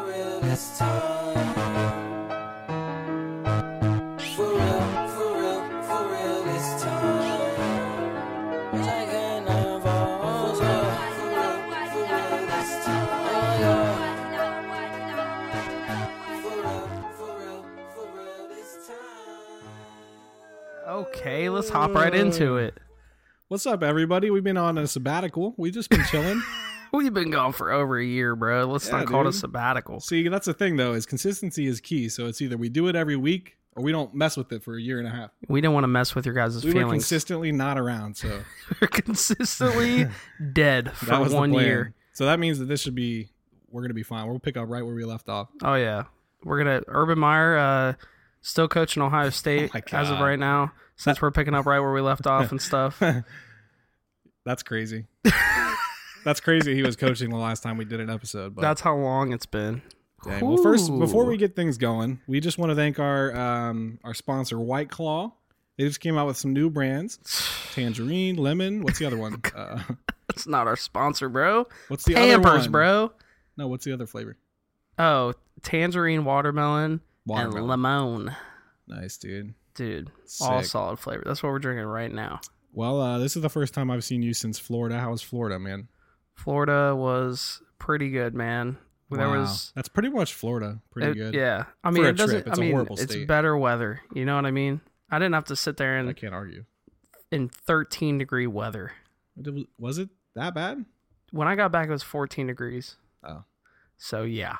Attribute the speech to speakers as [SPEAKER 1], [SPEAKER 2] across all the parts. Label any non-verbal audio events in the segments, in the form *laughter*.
[SPEAKER 1] It's time. For real, for real, for real, it's time. Like I never was. For real, for real, for real, it's time. For real, for real, for real, it's time.
[SPEAKER 2] Okay, let's hop right into
[SPEAKER 3] Mm.
[SPEAKER 2] it.
[SPEAKER 3] What's up, everybody? We've been on a sabbatical. We've just been
[SPEAKER 2] *laughs*
[SPEAKER 3] chilling.
[SPEAKER 2] We've been gone for over a year, bro. Let's
[SPEAKER 3] Yeah,
[SPEAKER 2] not call it a
[SPEAKER 3] dude.
[SPEAKER 2] sabbatical.
[SPEAKER 3] See, that's the thing though, is consistency is key. So it's either we do it every week or we don't mess with it for a year and a half.
[SPEAKER 2] We don't want to mess with your guys'
[SPEAKER 3] We were
[SPEAKER 2] feelings.
[SPEAKER 3] consistently not around, so
[SPEAKER 2] *laughs* We're consistently dead
[SPEAKER 3] *laughs* that
[SPEAKER 2] for
[SPEAKER 3] was
[SPEAKER 2] one
[SPEAKER 3] the plan.
[SPEAKER 2] year.
[SPEAKER 3] So that means that this should be we're gonna be fine. We'll pick up right where we left off.
[SPEAKER 2] Oh yeah, we're gonna Urban Meyer uh, still coaching Ohio State
[SPEAKER 3] Oh my
[SPEAKER 2] as of
[SPEAKER 3] God.
[SPEAKER 2] right now. Since we're picking up right where we
[SPEAKER 3] *laughs*
[SPEAKER 2] left off and stuff.
[SPEAKER 3] That's
[SPEAKER 2] *laughs*
[SPEAKER 3] crazy. that's crazy. He was coaching the last time we did an episode. But
[SPEAKER 2] That's how long it's been.
[SPEAKER 3] Dang. Well, first,
[SPEAKER 2] Ooh.
[SPEAKER 3] before we get things going, we just want to thank our um, our sponsor, White Claw. They just came out with some new brands: tangerine, lemon. What's the
[SPEAKER 2] *laughs*
[SPEAKER 3] other one? Uh,
[SPEAKER 2] *sighs* that's not our sponsor, bro.
[SPEAKER 3] what's the other
[SPEAKER 2] Pampers,
[SPEAKER 3] one?
[SPEAKER 2] bro.
[SPEAKER 3] No, what's the other flavor?
[SPEAKER 2] Oh, tangerine, watermelon,
[SPEAKER 3] Watermelon.
[SPEAKER 2] and lemon,
[SPEAKER 3] nice, dude.
[SPEAKER 2] dude. All
[SPEAKER 3] Sick.
[SPEAKER 2] solid flavor. That's what we're drinking right now.
[SPEAKER 3] Well, uh, this is the first time I've seen you since Florida. How was Florida, man?
[SPEAKER 2] Florida was pretty good, man. There
[SPEAKER 3] Wow.
[SPEAKER 2] was
[SPEAKER 3] that's pretty much Florida. Pretty
[SPEAKER 2] it-
[SPEAKER 3] good.
[SPEAKER 2] Yeah, I mean,
[SPEAKER 3] a
[SPEAKER 2] it doesn't.
[SPEAKER 3] trip, it's
[SPEAKER 2] I
[SPEAKER 3] a
[SPEAKER 2] mean,
[SPEAKER 3] horrible
[SPEAKER 2] it's
[SPEAKER 3] state.
[SPEAKER 2] better weather. You know what I mean? I didn't have to sit there
[SPEAKER 3] I
[SPEAKER 2] in
[SPEAKER 3] can't argue.
[SPEAKER 2] in 13 degree weather.
[SPEAKER 3] Was it that bad?
[SPEAKER 2] When I got back, it was 14 degrees.
[SPEAKER 3] Oh.
[SPEAKER 2] So yeah,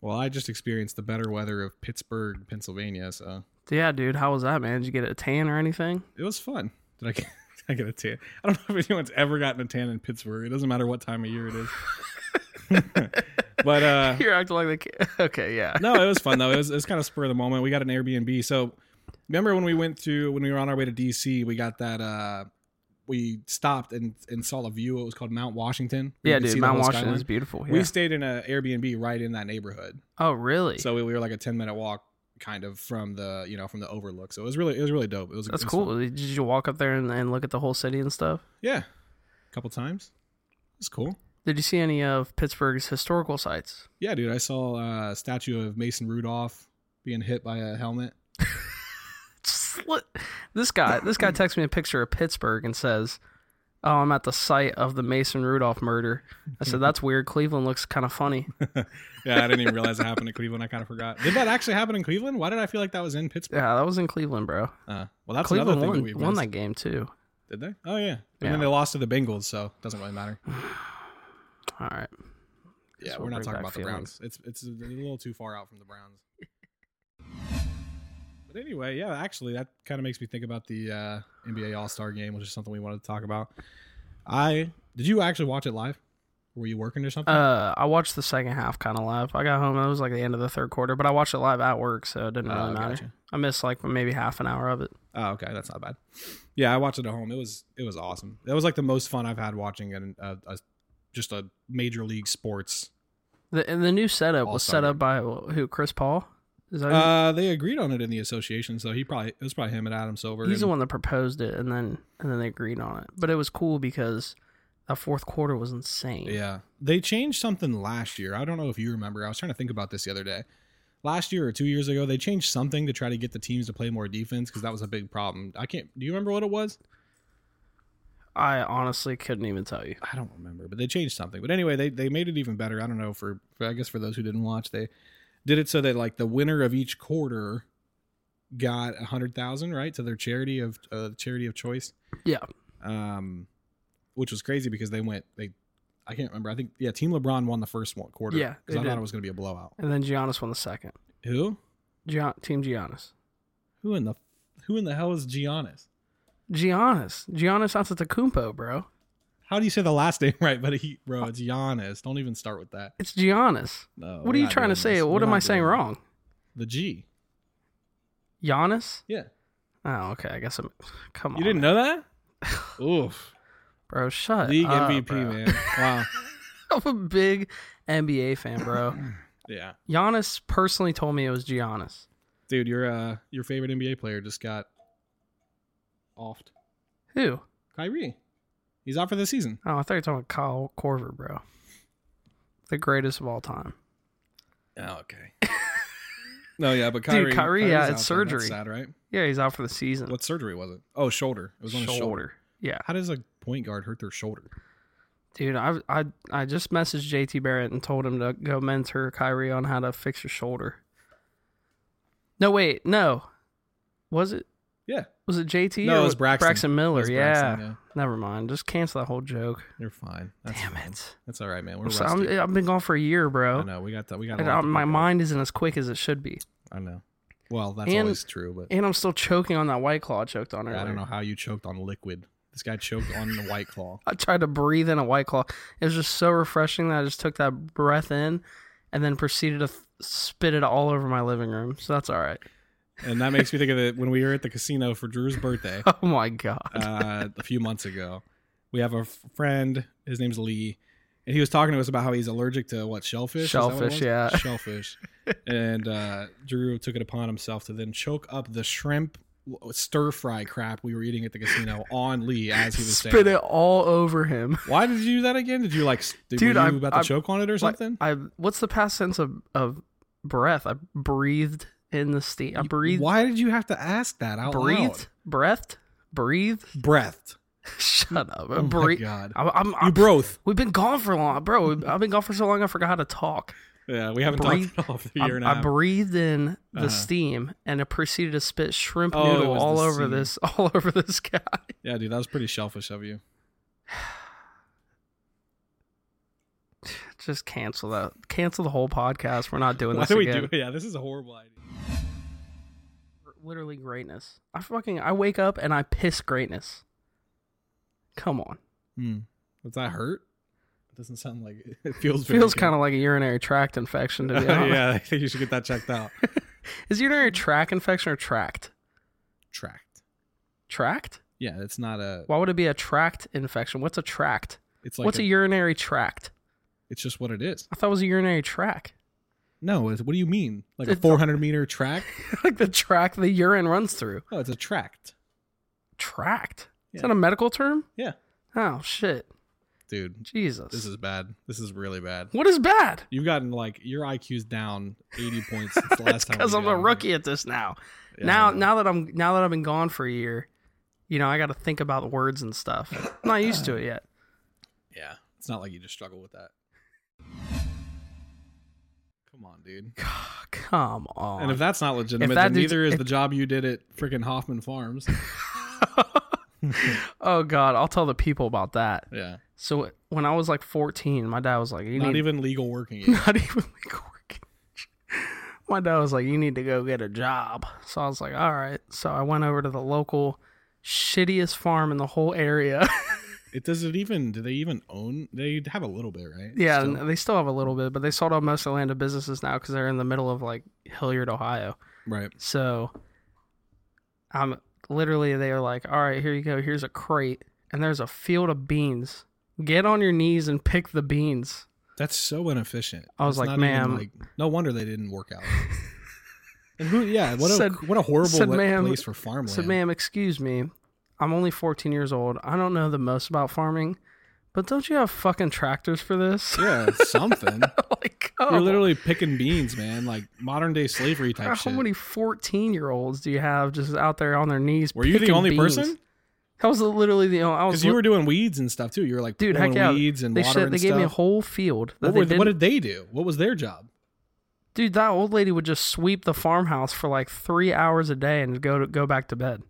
[SPEAKER 3] Well, I just experienced the better weather of Pittsburgh, Pennsylvania. So
[SPEAKER 2] yeah, dude. How was that, man? Did you get a tan or
[SPEAKER 3] *laughs*
[SPEAKER 2] anything?
[SPEAKER 3] it was fun. Did I get, *laughs* did I get a tan? I don't know if anyone's ever gotten a tan in Pittsburgh. It doesn't matter what time of year it is. *laughs* but uh,
[SPEAKER 2] You're acting like the kid. *laughs* Okay, yeah.
[SPEAKER 3] no, it was fun though. It was, it was kind of spur of the moment. We got an Airbnb. So remember when we went through when we were on our way to DC, we got that. uh We stopped and and saw a view. It was called Mount Washington. where
[SPEAKER 2] yeah,
[SPEAKER 3] you could see
[SPEAKER 2] dude.
[SPEAKER 3] the
[SPEAKER 2] Mount
[SPEAKER 3] whole
[SPEAKER 2] Washington
[SPEAKER 3] skyline.
[SPEAKER 2] is beautiful. Yeah.
[SPEAKER 3] We stayed in an Airbnb right in that neighborhood.
[SPEAKER 2] oh, really?
[SPEAKER 3] So we, we were like a ten minute walk, kind of from the you know from the overlook. So it was really it was really dope. It was
[SPEAKER 2] That's
[SPEAKER 3] it was fun.
[SPEAKER 2] cool. Did you walk up there and, and look at the whole city and stuff?
[SPEAKER 3] Yeah, a couple times. It's cool.
[SPEAKER 2] Did you see any of Pittsburgh's historical sites?
[SPEAKER 3] Yeah, dude, I saw uh, a statue of Mason Rudolph being hit by a helmet.
[SPEAKER 2] Just look- this guy this guy texts me a picture of Pittsburgh and says, "Oh, I'm at the site of the Mason Rudolph murder." I said, "That's weird. Cleveland looks kind of funny."
[SPEAKER 3] Yeah, I didn't even realize it happened in Cleveland. I kind of forgot. Did that actually happen in Cleveland? Why did I feel like that was in Pittsburgh?
[SPEAKER 2] Yeah, that was in Cleveland, bro.
[SPEAKER 3] Uh, well, that's
[SPEAKER 2] Cleveland
[SPEAKER 3] another thing that
[SPEAKER 2] won
[SPEAKER 3] we
[SPEAKER 2] won
[SPEAKER 3] missed.
[SPEAKER 2] that game too.
[SPEAKER 3] Did they? Oh yeah. And
[SPEAKER 2] Yeah.
[SPEAKER 3] then they lost to the Bengals, so it doesn't really matter.
[SPEAKER 2] All right.
[SPEAKER 3] Yeah,
[SPEAKER 2] Guess
[SPEAKER 3] we're
[SPEAKER 2] we'll
[SPEAKER 3] not
[SPEAKER 2] bring
[SPEAKER 3] talking
[SPEAKER 2] back
[SPEAKER 3] about the
[SPEAKER 2] feelings.
[SPEAKER 3] Browns. It's it's a little too far out from the Browns. but anyway, yeah, actually, that kind of makes me think about the uh, NBA All Star Game, which is something we wanted to talk about. I did you actually watch it live? Were you working or something?
[SPEAKER 2] Uh, I watched the second half kind of live. I got home. It was like the end of the third quarter, but I watched it live at work, so it didn't really
[SPEAKER 3] Oh,
[SPEAKER 2] matter.
[SPEAKER 3] gotcha.
[SPEAKER 2] I missed like maybe half an hour of it.
[SPEAKER 3] Oh, okay, that's not bad. Yeah, I watched it at home. It was it was awesome. That was like the most fun I've had watching an a, a uh, just a major league sports.
[SPEAKER 2] The and the new setup was
[SPEAKER 3] All-star
[SPEAKER 2] set up by who? Chris Paul? Is that who-
[SPEAKER 3] Uh, they agreed on it in the association, so he probably it was probably him and Adam Silver.
[SPEAKER 2] He's the
[SPEAKER 3] and-
[SPEAKER 2] one that proposed it, and then and then they agreed on it. But it was cool because the fourth quarter was insane.
[SPEAKER 3] Yeah. They changed something last year. I don't know if you remember. I was trying to think about this the other day. Last year or two years ago, they changed something to try to get the teams to play more defense because that was a big problem. I can't. Do you remember what it was?
[SPEAKER 2] I honestly couldn't even tell you.
[SPEAKER 3] I don't remember, but they changed something. But anyway, they, they made it even better. I don't know for, for I guess for those who didn't watch, they did it so that like the winner of each quarter got a hundred thousand right to their charity of uh, charity of choice.
[SPEAKER 2] Yeah.
[SPEAKER 3] Um, which was crazy because they went they. I can't remember. I think yeah, Team LeBron won the first one quarter.
[SPEAKER 2] Yeah, they
[SPEAKER 3] because I
[SPEAKER 2] did.
[SPEAKER 3] thought it was going to be a blowout.
[SPEAKER 2] And then Giannis won the second.
[SPEAKER 3] Who?
[SPEAKER 2] Gian- Team Giannis.
[SPEAKER 3] Who in the who in the hell is Giannis?
[SPEAKER 2] Giannis. Giannis Antetokounmpo, bro.
[SPEAKER 3] How do you say the last *laughs* name right? But he, bro, it's Giannis. Don't even start with that.
[SPEAKER 2] It's Giannis.
[SPEAKER 3] No.
[SPEAKER 2] what are you trying to say? What am I saying wrong?
[SPEAKER 3] The G.
[SPEAKER 2] Giannis?
[SPEAKER 3] Yeah.
[SPEAKER 2] Oh, okay. I guess I'm. Come on.
[SPEAKER 3] You didn't know that?
[SPEAKER 2] *laughs*
[SPEAKER 3] Oof.
[SPEAKER 2] Bro, shut
[SPEAKER 3] League
[SPEAKER 2] up.
[SPEAKER 3] MVP,
[SPEAKER 2] bro.
[SPEAKER 3] man. Wow.
[SPEAKER 2] *laughs* I'm a big NBA fan,
[SPEAKER 3] *clears throat*
[SPEAKER 2] bro.
[SPEAKER 3] Yeah,
[SPEAKER 2] Giannis personally told me it was Giannis.
[SPEAKER 3] dude, your uh, your favorite NBA player just got offed.
[SPEAKER 2] Who?
[SPEAKER 3] Kyrie. He's out for the season.
[SPEAKER 2] Oh, I thought you were talking about Kyle Corver, bro. The greatest of all time.
[SPEAKER 3] Oh, okay.
[SPEAKER 2] *laughs*
[SPEAKER 3] no, yeah, but Kyrie,
[SPEAKER 2] Kyrie, yeah,
[SPEAKER 3] Kyrie's
[SPEAKER 2] it's
[SPEAKER 3] out then. That's
[SPEAKER 2] surgery.
[SPEAKER 3] sad, right?
[SPEAKER 2] Yeah, he's out for the season.
[SPEAKER 3] What surgery was it? Oh, shoulder. It was on his shoulder.
[SPEAKER 2] Yeah,
[SPEAKER 3] How does a point guard hurt their shoulder?
[SPEAKER 2] dude. I I I just messaged JT Barrett and told him to go mentor Kyrie on how to fix your shoulder. No, wait, no. Was it
[SPEAKER 3] Yeah,
[SPEAKER 2] was it JT?
[SPEAKER 3] No,
[SPEAKER 2] or
[SPEAKER 3] it was Braxton.
[SPEAKER 2] Miller.
[SPEAKER 3] It was
[SPEAKER 2] yeah.
[SPEAKER 3] Braxton, yeah.
[SPEAKER 2] Never mind. Just cancel that whole joke.
[SPEAKER 3] you're fine. That's
[SPEAKER 2] Damn
[SPEAKER 3] fine.
[SPEAKER 2] it.
[SPEAKER 3] That's all right, man. We're
[SPEAKER 2] I'm so,
[SPEAKER 3] rusty.
[SPEAKER 2] I'm, I've been gone for a year,
[SPEAKER 3] I
[SPEAKER 2] bro.
[SPEAKER 3] know. We got that. We got. a
[SPEAKER 2] And
[SPEAKER 3] lot
[SPEAKER 2] I,
[SPEAKER 3] to
[SPEAKER 2] my
[SPEAKER 3] pick up.
[SPEAKER 2] mind isn't as quick as it should be,
[SPEAKER 3] I know. Well, that's
[SPEAKER 2] And-
[SPEAKER 3] always true, but
[SPEAKER 2] and I'm still choking on that white claw I choked on earlier.
[SPEAKER 3] I don't know how you choked on liquid. This guy choked on the white claw.
[SPEAKER 2] I tried to breathe in a white claw. It was just so refreshing that I just took that breath in and then proceeded to th- spit it all over my living room. So that's all right. *laughs*
[SPEAKER 3] And that makes me think of it when we were at the casino for Drew's
[SPEAKER 2] *laughs*
[SPEAKER 3] birthday
[SPEAKER 2] Oh my god.
[SPEAKER 3] uh, a few months ago. We have a f- friend. His name's Lee, and he was talking to us about how he's allergic to what shellfish. Is that what it
[SPEAKER 2] Shellfish,
[SPEAKER 3] was?
[SPEAKER 2] yeah.
[SPEAKER 3] shellfish. and uh, Drew took it upon himself to then choke up the shrimp stir fry crap we were eating at the
[SPEAKER 2] *laughs*
[SPEAKER 3] casino on Lee as he was
[SPEAKER 2] Spit
[SPEAKER 3] saying.
[SPEAKER 2] it all over him.
[SPEAKER 3] Why did you do that again? Did you like? s- Did,
[SPEAKER 2] Dude,
[SPEAKER 3] were you
[SPEAKER 2] I'm-
[SPEAKER 3] about to
[SPEAKER 2] I'm-
[SPEAKER 3] choke on it
[SPEAKER 2] *laughs*
[SPEAKER 3] or
[SPEAKER 2] Like,
[SPEAKER 3] something?
[SPEAKER 2] I what's the past sense of of breath? I breathed in the steam. I breathed
[SPEAKER 3] Why did you have to ask that out
[SPEAKER 2] breathed
[SPEAKER 3] loud?
[SPEAKER 2] breathed breathed. *laughs*
[SPEAKER 3] Breath.
[SPEAKER 2] Shut up.
[SPEAKER 3] Oh my
[SPEAKER 2] Breathe.
[SPEAKER 3] god.
[SPEAKER 2] I, I'm,
[SPEAKER 3] You
[SPEAKER 2] I'm,
[SPEAKER 3] broth.
[SPEAKER 2] we've been gone for long, bro. I've been gone for so long. I forgot how to talk.
[SPEAKER 3] Yeah, we haven't
[SPEAKER 2] Breathe.
[SPEAKER 3] talked at all for a
[SPEAKER 2] I,
[SPEAKER 3] year and a
[SPEAKER 2] I
[SPEAKER 3] half.
[SPEAKER 2] breathed in the
[SPEAKER 3] Uh-huh.
[SPEAKER 2] steam and it proceeded to spit shrimp
[SPEAKER 3] Oh, it
[SPEAKER 2] noodle
[SPEAKER 3] was
[SPEAKER 2] all
[SPEAKER 3] the
[SPEAKER 2] over
[SPEAKER 3] steam.
[SPEAKER 2] this *laughs* all over this guy.
[SPEAKER 3] Yeah, dude, that was pretty shellfish of you.
[SPEAKER 2] Just cancel that. Cancel the whole podcast. We're not doing
[SPEAKER 3] Why
[SPEAKER 2] this
[SPEAKER 3] do we
[SPEAKER 2] again.
[SPEAKER 3] do it? Yeah, this is a horrible idea.
[SPEAKER 2] Literally greatness. I fucking I wake up and I piss greatness. Come on.
[SPEAKER 3] Hmm. Does that hurt? It doesn't sound like it. It feels very
[SPEAKER 2] Feels
[SPEAKER 3] *laughs*
[SPEAKER 2] kind of like a urinary tract infection to be honest.
[SPEAKER 3] yeah, I think you should get that checked *laughs* out.
[SPEAKER 2] Is urinary tract infection or tract?
[SPEAKER 3] Tracked.
[SPEAKER 2] Tract?
[SPEAKER 3] Yeah, it's not a.
[SPEAKER 2] Why would it be a tract infection? What's a tract?
[SPEAKER 3] It's like
[SPEAKER 2] What's a,
[SPEAKER 3] a-
[SPEAKER 2] urinary tract?
[SPEAKER 3] It's just what it is.
[SPEAKER 2] I thought it was a urinary tract.
[SPEAKER 3] No, it's, what do you mean? Like a
[SPEAKER 2] It's-
[SPEAKER 3] 400 meter track?
[SPEAKER 2] *laughs* like the tract the urine runs through.
[SPEAKER 3] Oh, it's a tract,
[SPEAKER 2] Tract. Is
[SPEAKER 3] Yeah.
[SPEAKER 2] that a medical term?
[SPEAKER 3] Yeah.
[SPEAKER 2] Oh shit.
[SPEAKER 3] dude.
[SPEAKER 2] Jesus.
[SPEAKER 3] This is bad. This is really bad.
[SPEAKER 2] what is bad?
[SPEAKER 3] You've gotten like your IQ's down 80 points since *laughs* the last time.
[SPEAKER 2] Because
[SPEAKER 3] we
[SPEAKER 2] I'm
[SPEAKER 3] got
[SPEAKER 2] a
[SPEAKER 3] on here.
[SPEAKER 2] rookie at this now.
[SPEAKER 3] Yeah,
[SPEAKER 2] now
[SPEAKER 3] I know.
[SPEAKER 2] now that I'm now that I've been gone for a year, you know, I gotta think about the words and
[SPEAKER 3] *laughs*
[SPEAKER 2] stuff. I'm not used to it yet. *sighs*
[SPEAKER 3] Yeah, it's not like you just struggle with that. Come on, dude.
[SPEAKER 2] Come on.
[SPEAKER 3] And if that's not legitimate,
[SPEAKER 2] that
[SPEAKER 3] then
[SPEAKER 2] dude's-
[SPEAKER 3] neither is
[SPEAKER 2] if-
[SPEAKER 3] the job you did at freaking
[SPEAKER 2] *laughs*
[SPEAKER 3] Hoffman Farms.
[SPEAKER 2] oh god, I'll tell the people about that.
[SPEAKER 3] Yeah,
[SPEAKER 2] So when I was like fourteen, my dad was like, You
[SPEAKER 3] not
[SPEAKER 2] need
[SPEAKER 3] even legal working.
[SPEAKER 2] *laughs*
[SPEAKER 3] age.
[SPEAKER 2] not even legal working. My dad was like, "You need to go get a job." So I was like, "All right." So I went over to the local shittiest farm in the whole area.
[SPEAKER 3] It does it even? Do they even own? They have a little bit, right?
[SPEAKER 2] yeah,
[SPEAKER 3] Still?
[SPEAKER 2] and they still have a little bit, but they sold out most of the land to businesses now because they're in the middle of like Hilliard, Ohio.
[SPEAKER 3] right.
[SPEAKER 2] So I'm literally they are like, "All right, here you go. Here's a crate, and there's a field of beans. Get on your knees and pick the beans."
[SPEAKER 3] That's so inefficient.
[SPEAKER 2] I was
[SPEAKER 3] It's
[SPEAKER 2] like,
[SPEAKER 3] not even,
[SPEAKER 2] "Ma'am."
[SPEAKER 3] like, no wonder they didn't work
[SPEAKER 2] *laughs*
[SPEAKER 3] out. and who? Yeah, what a
[SPEAKER 2] Said-
[SPEAKER 3] what a horrible
[SPEAKER 2] said,
[SPEAKER 3] le-
[SPEAKER 2] "Ma'am,"
[SPEAKER 3] place for farmland.
[SPEAKER 2] So, ma'am, excuse me. I'm only 14 years old. I don't know the most about farming, but don't you have fucking tractors for this? *laughs*
[SPEAKER 3] Yeah, something.
[SPEAKER 2] like, oh,
[SPEAKER 3] You're literally picking beans, man. Like modern day slavery type
[SPEAKER 2] how
[SPEAKER 3] shit.
[SPEAKER 2] many 14 year olds do you have just out there on their knees?
[SPEAKER 3] Were you the
[SPEAKER 2] picking
[SPEAKER 3] only
[SPEAKER 2] beans?
[SPEAKER 3] person?
[SPEAKER 2] I was literally the only. I was
[SPEAKER 3] Because you
[SPEAKER 2] li-
[SPEAKER 3] were doing weeds and stuff too. You were like
[SPEAKER 2] Oh, dude.
[SPEAKER 3] pulling
[SPEAKER 2] Heck yeah.
[SPEAKER 3] weeds and
[SPEAKER 2] they
[SPEAKER 3] water
[SPEAKER 2] shit-
[SPEAKER 3] and
[SPEAKER 2] They
[SPEAKER 3] stuff.
[SPEAKER 2] gave me a whole field. That
[SPEAKER 3] what,
[SPEAKER 2] they
[SPEAKER 3] were, what
[SPEAKER 2] didn't-
[SPEAKER 3] did they do? What was their job?
[SPEAKER 2] dude, that old lady would just sweep the farmhouse for like three hours a day and go to, go back to bed.